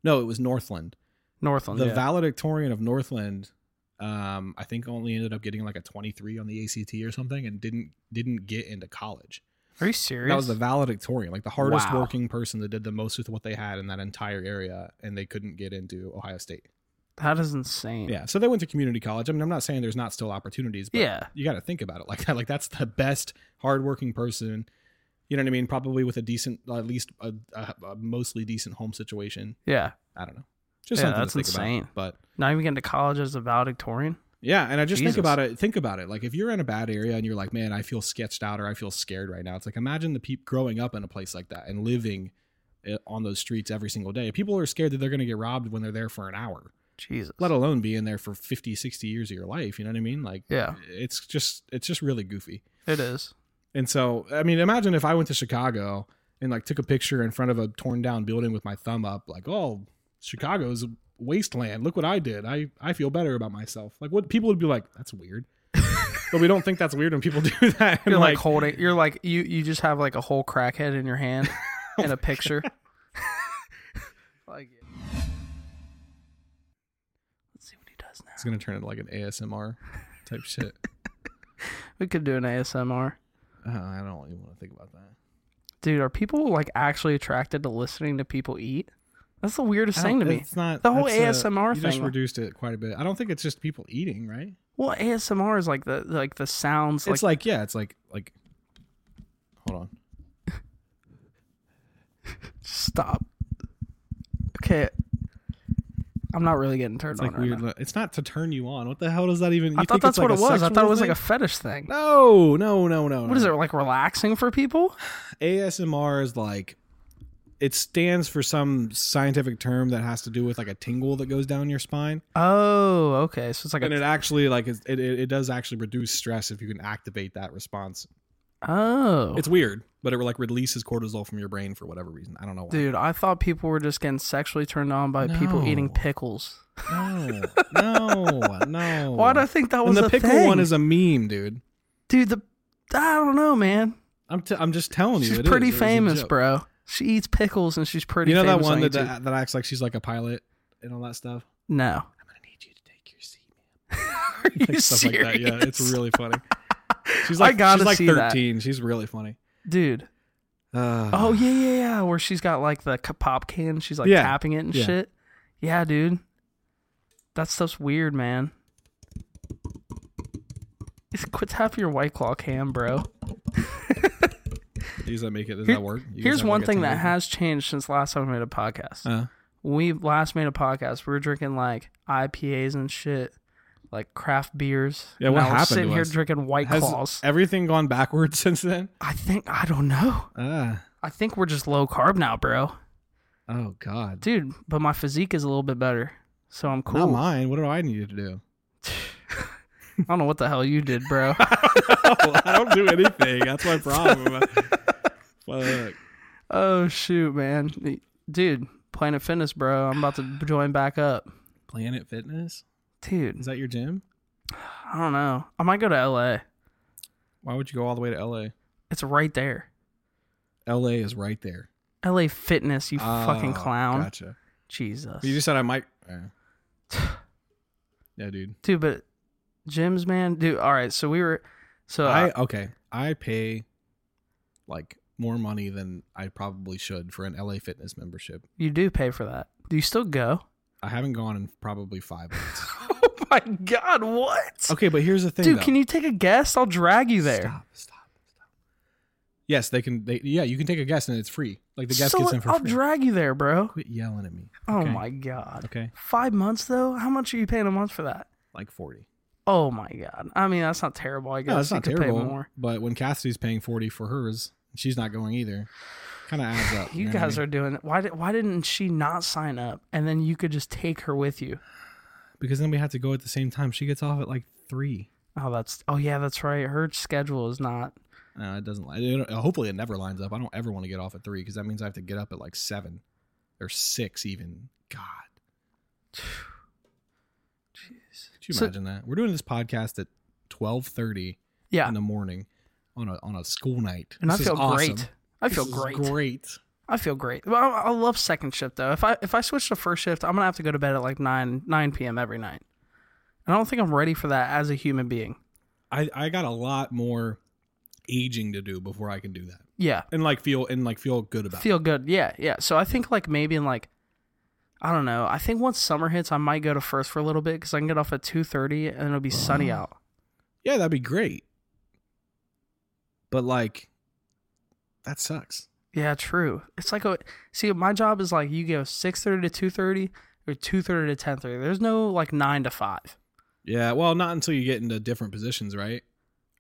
[SPEAKER 3] No, it was Northland.
[SPEAKER 2] Northland.
[SPEAKER 3] The
[SPEAKER 2] Oh, yeah.
[SPEAKER 3] valedictorian of Northland, um, I think only ended up getting like a twenty three on the ACT or something, and didn't didn't get into college.
[SPEAKER 2] are you serious?
[SPEAKER 3] That was the valedictorian, like the hardest
[SPEAKER 2] Wow.
[SPEAKER 3] working person that did the most with what they had in that entire area, and they couldn't get into Ohio State.
[SPEAKER 2] that is insane.
[SPEAKER 3] Yeah, so they went to community college. I mean, I'm not saying there's not still opportunities, but
[SPEAKER 2] Yeah.
[SPEAKER 3] you got to think about it like that. *laughs* Like that's the best hardworking person. You know what I mean? Probably with a decent, at least a, a, a mostly decent home situation.
[SPEAKER 2] Yeah.
[SPEAKER 3] I don't know. Just
[SPEAKER 2] Yeah,
[SPEAKER 3] something
[SPEAKER 2] that's
[SPEAKER 3] to think
[SPEAKER 2] insane.
[SPEAKER 3] about. But
[SPEAKER 2] Not even getting to college as a valedictorian.
[SPEAKER 3] yeah, and I just
[SPEAKER 2] Jesus.
[SPEAKER 3] think about it. Think about it. Like if you're in a bad area and you're like, man, I feel sketched out or I feel scared right now. It's like imagine the people growing up in a place like that and living eh, on those streets every single day. People are scared that they're going to get robbed when they're there for an hour.
[SPEAKER 2] Jesus.
[SPEAKER 3] let alone being there for 50 60 years of your life you know what i mean like
[SPEAKER 2] Yeah.
[SPEAKER 3] it's just it's just really goofy
[SPEAKER 2] It is.
[SPEAKER 3] and so i mean imagine if i went to chicago and like took a picture in front of a torn down building with my thumb up like oh chicago's a wasteland look what i did i i feel better about myself like what people would be like that's *laughs* weird but we don't think that's weird when people do that *laughs* and
[SPEAKER 2] You're like,
[SPEAKER 3] like,
[SPEAKER 2] holding. You're like you. You just have like a whole crackhead in your
[SPEAKER 3] *laughs*
[SPEAKER 2] hand and a picture. like. Let's see what he does now.
[SPEAKER 3] it's gonna turn into like an asmr type *laughs* shit
[SPEAKER 2] We could do an ASMR.
[SPEAKER 3] uh, i don't even want to think about that
[SPEAKER 2] Dude, are people like actually attracted to listening to people eat? That's the weirdest
[SPEAKER 3] I don't-
[SPEAKER 2] thing to me.
[SPEAKER 3] it's not
[SPEAKER 2] The whole
[SPEAKER 3] that's, uh,
[SPEAKER 2] ASMR
[SPEAKER 3] you just
[SPEAKER 2] thing.
[SPEAKER 3] reduced it quite a bit i don't think it's just people eating right
[SPEAKER 2] Well, ASMR is like the like the sounds like,
[SPEAKER 3] it's like yeah, it's like like. Hold on.
[SPEAKER 2] stop. Okay, I'm not really getting turned
[SPEAKER 3] It's
[SPEAKER 2] on.
[SPEAKER 3] like
[SPEAKER 2] right
[SPEAKER 3] weird.
[SPEAKER 2] now.
[SPEAKER 3] li- It's not to turn you on. What the hell does that even?
[SPEAKER 2] I
[SPEAKER 3] you
[SPEAKER 2] thought
[SPEAKER 3] think
[SPEAKER 2] that's
[SPEAKER 3] it's like
[SPEAKER 2] what it
[SPEAKER 3] a
[SPEAKER 2] was. I
[SPEAKER 3] sexual
[SPEAKER 2] thought it was
[SPEAKER 3] thing?
[SPEAKER 2] like a fetish thing.
[SPEAKER 3] No, no, no, no.
[SPEAKER 2] What is
[SPEAKER 3] no.
[SPEAKER 2] it like relaxing for people?
[SPEAKER 3] ASMR is like. it stands for some scientific term that has to do with like a tingle that goes down your spine,
[SPEAKER 2] Oh, okay. So it's like
[SPEAKER 3] and
[SPEAKER 2] a
[SPEAKER 3] it actually like it's- it it, it does actually reduce stress if you can activate that response.
[SPEAKER 2] oh.
[SPEAKER 3] It's weird, but it like releases cortisol from your brain for whatever reason. I don't know why.
[SPEAKER 2] Dude, I thought people were just getting sexually turned on by people eating
[SPEAKER 3] No.
[SPEAKER 2] pickles.
[SPEAKER 3] No,
[SPEAKER 2] *laughs*
[SPEAKER 3] no, no.
[SPEAKER 2] Why do I think that was
[SPEAKER 3] and the
[SPEAKER 2] a
[SPEAKER 3] pickle
[SPEAKER 2] thing?
[SPEAKER 3] one is a meme, dude.
[SPEAKER 2] dude. The I don't know, man.
[SPEAKER 3] I'm t- I'm just telling you,
[SPEAKER 2] She's
[SPEAKER 3] it is.
[SPEAKER 2] pretty
[SPEAKER 3] It was a
[SPEAKER 2] famous,
[SPEAKER 3] joke.
[SPEAKER 2] bro. She eats pickles and she's pretty.
[SPEAKER 3] You know that
[SPEAKER 2] famous
[SPEAKER 3] one that,
[SPEAKER 2] YouTube.
[SPEAKER 3] that that acts like she's like a pilot and all that stuff. *laughs*
[SPEAKER 2] No,
[SPEAKER 3] I'm gonna need you to take your seat,
[SPEAKER 2] are you
[SPEAKER 3] *laughs* like stuff
[SPEAKER 2] serious?
[SPEAKER 3] like that. Yeah, it's really
[SPEAKER 2] *laughs*
[SPEAKER 3] funny. She's
[SPEAKER 2] I
[SPEAKER 3] like
[SPEAKER 2] gotta
[SPEAKER 3] she's like
[SPEAKER 2] see that.
[SPEAKER 3] 13. She's really funny.
[SPEAKER 2] dude.
[SPEAKER 3] Uh,
[SPEAKER 2] *sighs* Oh
[SPEAKER 3] *sighs*
[SPEAKER 2] yeah, yeah, yeah. Where she's got like the ca- pop can, she's like
[SPEAKER 3] Yeah.
[SPEAKER 2] tapping it and
[SPEAKER 3] Yeah.
[SPEAKER 2] shit. Yeah, dude. That stuff's weird, man. Just Quit tapping your white claw cam, bro.
[SPEAKER 3] does that make it? Does
[SPEAKER 2] Here-
[SPEAKER 3] that work? You guys
[SPEAKER 2] Here's
[SPEAKER 3] have,
[SPEAKER 2] one
[SPEAKER 3] like, a
[SPEAKER 2] thing that
[SPEAKER 3] tumble?
[SPEAKER 2] has changed since last time we made a podcast.
[SPEAKER 3] Uh,
[SPEAKER 2] when we last made a podcast, we were drinking like IPAs and shit, like craft beers.
[SPEAKER 3] Yeah,
[SPEAKER 2] And
[SPEAKER 3] what
[SPEAKER 2] I was
[SPEAKER 3] happened
[SPEAKER 2] Sitting
[SPEAKER 3] to
[SPEAKER 2] here
[SPEAKER 3] us?
[SPEAKER 2] drinking White
[SPEAKER 3] has
[SPEAKER 2] Claws.
[SPEAKER 3] everything gone backwards *laughs* since then?
[SPEAKER 2] I think I don't know.
[SPEAKER 3] Ah,
[SPEAKER 2] I think we're just low carb now, bro.
[SPEAKER 3] oh god.
[SPEAKER 2] Dude, but my physique is a little bit better, so I'm cool.
[SPEAKER 3] Not mine. What do I need to do?
[SPEAKER 2] *laughs*
[SPEAKER 3] *laughs*
[SPEAKER 2] I don't know what the hell you did, bro.
[SPEAKER 3] I don't do anything. That's
[SPEAKER 2] *laughs*
[SPEAKER 3] my problem. Fuck.
[SPEAKER 2] oh shoot, man, dude, Planet Fitness, bro. I'm about to join back up,
[SPEAKER 3] Planet Fitness
[SPEAKER 2] dude.
[SPEAKER 3] is that your gym?
[SPEAKER 2] I don't know. I might go to L.A.
[SPEAKER 3] Why would you go all the way to LA?
[SPEAKER 2] It's right there.
[SPEAKER 3] LA is right there.
[SPEAKER 2] L.A. Fitness, you fucking
[SPEAKER 3] Oh,
[SPEAKER 2] clown.
[SPEAKER 3] Gotcha.
[SPEAKER 2] Jesus.
[SPEAKER 3] You just said I might. uh. yeah, dude.
[SPEAKER 2] dude but gyms man dude all right so we were so
[SPEAKER 3] I
[SPEAKER 2] I,
[SPEAKER 3] okay. I pay like more money than I probably should for an LA Fitness membership.
[SPEAKER 2] you do pay for that do you still go
[SPEAKER 3] I haven't gone in probably five months.
[SPEAKER 2] *laughs* oh my god what
[SPEAKER 3] okay, but here's the thing,
[SPEAKER 2] dude
[SPEAKER 3] though.
[SPEAKER 2] can you take a guess i'll drag you there
[SPEAKER 3] Stop, stop, stop. Yes, they can. They yeah, you can take a guess and it's free. Like the guest
[SPEAKER 2] So,
[SPEAKER 3] gets in for
[SPEAKER 2] i'll
[SPEAKER 3] free.
[SPEAKER 2] drag you there bro
[SPEAKER 3] Quit yelling at me.
[SPEAKER 2] oh
[SPEAKER 3] Okay.
[SPEAKER 2] my god
[SPEAKER 3] Okay,
[SPEAKER 2] five months though how much are you paying a month for that
[SPEAKER 3] like forty.
[SPEAKER 2] oh my god i mean that's not terrible i guess
[SPEAKER 3] No, that's
[SPEAKER 2] you
[SPEAKER 3] not
[SPEAKER 2] could
[SPEAKER 3] terrible.
[SPEAKER 2] pay more
[SPEAKER 3] But when Cassidy's paying forty for hers, she's not going either. Kind of adds
[SPEAKER 2] *sighs*
[SPEAKER 3] up.
[SPEAKER 2] you guys are doing why did, why didn't she not sign up and then you could just take her with you
[SPEAKER 3] because then we have to go at the same time. She gets off at like three.
[SPEAKER 2] oh that's oh yeah that's right her schedule is not
[SPEAKER 3] Uh, it doesn't. li- It, hopefully, it never lines up. I don't ever want to get off at three because that means I have to get up at like seven or six, even. God, *sighs*
[SPEAKER 2] jeez
[SPEAKER 3] could you
[SPEAKER 2] So-
[SPEAKER 3] imagine that? We're doing this podcast at twelve thirty
[SPEAKER 2] yeah
[SPEAKER 3] in the morning on a on a school night,
[SPEAKER 2] and
[SPEAKER 3] This
[SPEAKER 2] I
[SPEAKER 3] is
[SPEAKER 2] feel
[SPEAKER 3] awesome.
[SPEAKER 2] great. I feel
[SPEAKER 3] This is
[SPEAKER 2] great.
[SPEAKER 3] Great.
[SPEAKER 2] I feel great. Well, I, I love second shift though. If I if I switch to first shift, I'm gonna have to go to bed at like nine nine p.m. every night. And I don't think I'm ready for that as a human being.
[SPEAKER 3] I I got a lot more aging to do before I can do that
[SPEAKER 2] Yeah,
[SPEAKER 3] and like feel and like feel good about. it.
[SPEAKER 2] feel good. Yeah, yeah. So I think like maybe in like I don't know. I think once summer hits, I might go to first for a little bit because I can get off at two thirty and it'll be sunny out.
[SPEAKER 3] Yeah, that'd be great. But like, that sucks.
[SPEAKER 2] Yeah, true. It's like a see. My job is like you go six thirty to two thirty or two thirty to ten thirty. There's no like nine to five.
[SPEAKER 3] Yeah, well, not until you get into different positions, right?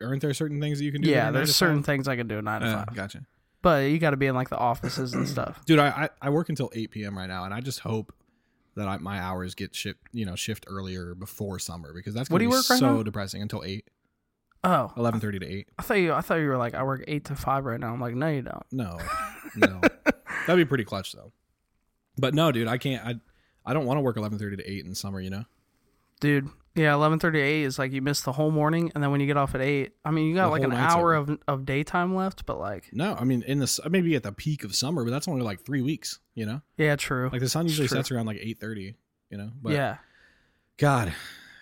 [SPEAKER 3] Aren't there certain things that you can do?
[SPEAKER 2] Yeah,
[SPEAKER 3] during nine to
[SPEAKER 2] there's
[SPEAKER 3] five?
[SPEAKER 2] certain things I can do at nine to
[SPEAKER 3] Uh,
[SPEAKER 2] five.
[SPEAKER 3] gotcha,
[SPEAKER 2] But you got to be in like the offices and stuff.
[SPEAKER 3] dude. I, I I work until eight p.m. right now, and I just hope that I, my hours get shift you know shift earlier before summer because that's
[SPEAKER 2] What
[SPEAKER 3] gonna
[SPEAKER 2] do you
[SPEAKER 3] be
[SPEAKER 2] work right
[SPEAKER 3] so
[SPEAKER 2] now?
[SPEAKER 3] depressing until eight
[SPEAKER 2] Oh,
[SPEAKER 3] eleven thirty to eight.
[SPEAKER 2] I thought you. I thought you were like I work eight to five right now. I'm like, no, you don't. *laughs*
[SPEAKER 3] No, no, that'd be pretty clutch though. But no, dude, I can't. I I don't want to work eleven thirty to eight in summer. You know,
[SPEAKER 2] Dude, yeah, eleven thirty eight is like you miss the whole morning, and then when you get off at eight, I mean, you got
[SPEAKER 3] The
[SPEAKER 2] like
[SPEAKER 3] whole
[SPEAKER 2] an
[SPEAKER 3] night's
[SPEAKER 2] hour of, of daytime left, but like,
[SPEAKER 3] no. I mean, in the s- maybe at the peak of summer, but that's only like three weeks. You know,
[SPEAKER 2] yeah, true.
[SPEAKER 3] like the sun usually
[SPEAKER 2] true.
[SPEAKER 3] sets around like eight thirty. You know, but
[SPEAKER 2] yeah,
[SPEAKER 3] God,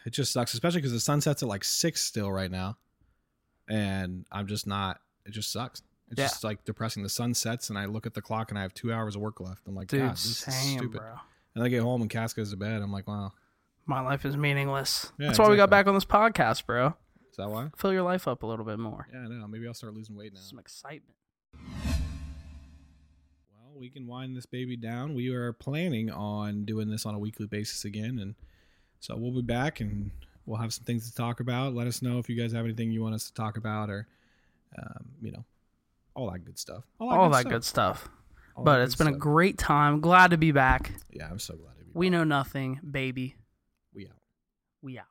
[SPEAKER 3] it just sucks, especially because the sun sets at like six still right now, and I'm just not. It just sucks. It's
[SPEAKER 2] Yeah.
[SPEAKER 3] just like depressing. The sun sets, and I look at the clock, and I have two hours of work left. I'm like,
[SPEAKER 2] dude,
[SPEAKER 3] God, this is
[SPEAKER 2] same,
[SPEAKER 3] stupid.
[SPEAKER 2] bro.
[SPEAKER 3] And I get home, and Cass goes to bed. I'm like, wow,
[SPEAKER 2] My life is meaningless.
[SPEAKER 3] Yeah,
[SPEAKER 2] That's why we got
[SPEAKER 3] exactly.
[SPEAKER 2] back on this podcast, bro.
[SPEAKER 3] is that why?
[SPEAKER 2] Fill your life up a little bit more.
[SPEAKER 3] Yeah, I know. Maybe I'll start losing weight now.
[SPEAKER 2] Some excitement.
[SPEAKER 3] Well, we can wind this baby down. We are planning on doing this on a weekly basis again, and so we'll be back and we'll have some things to talk about. Let us know if you guys have anything you want us to talk about, or um, you know, all that good stuff.
[SPEAKER 2] All that
[SPEAKER 3] stuff.
[SPEAKER 2] good stuff.
[SPEAKER 3] All
[SPEAKER 2] But
[SPEAKER 3] good
[SPEAKER 2] it's been a
[SPEAKER 3] stuff.
[SPEAKER 2] great time. Glad to be back.
[SPEAKER 3] Yeah, I'm so glad to be.
[SPEAKER 2] We
[SPEAKER 3] back.
[SPEAKER 2] know nothing, baby.
[SPEAKER 3] we out.
[SPEAKER 2] We out.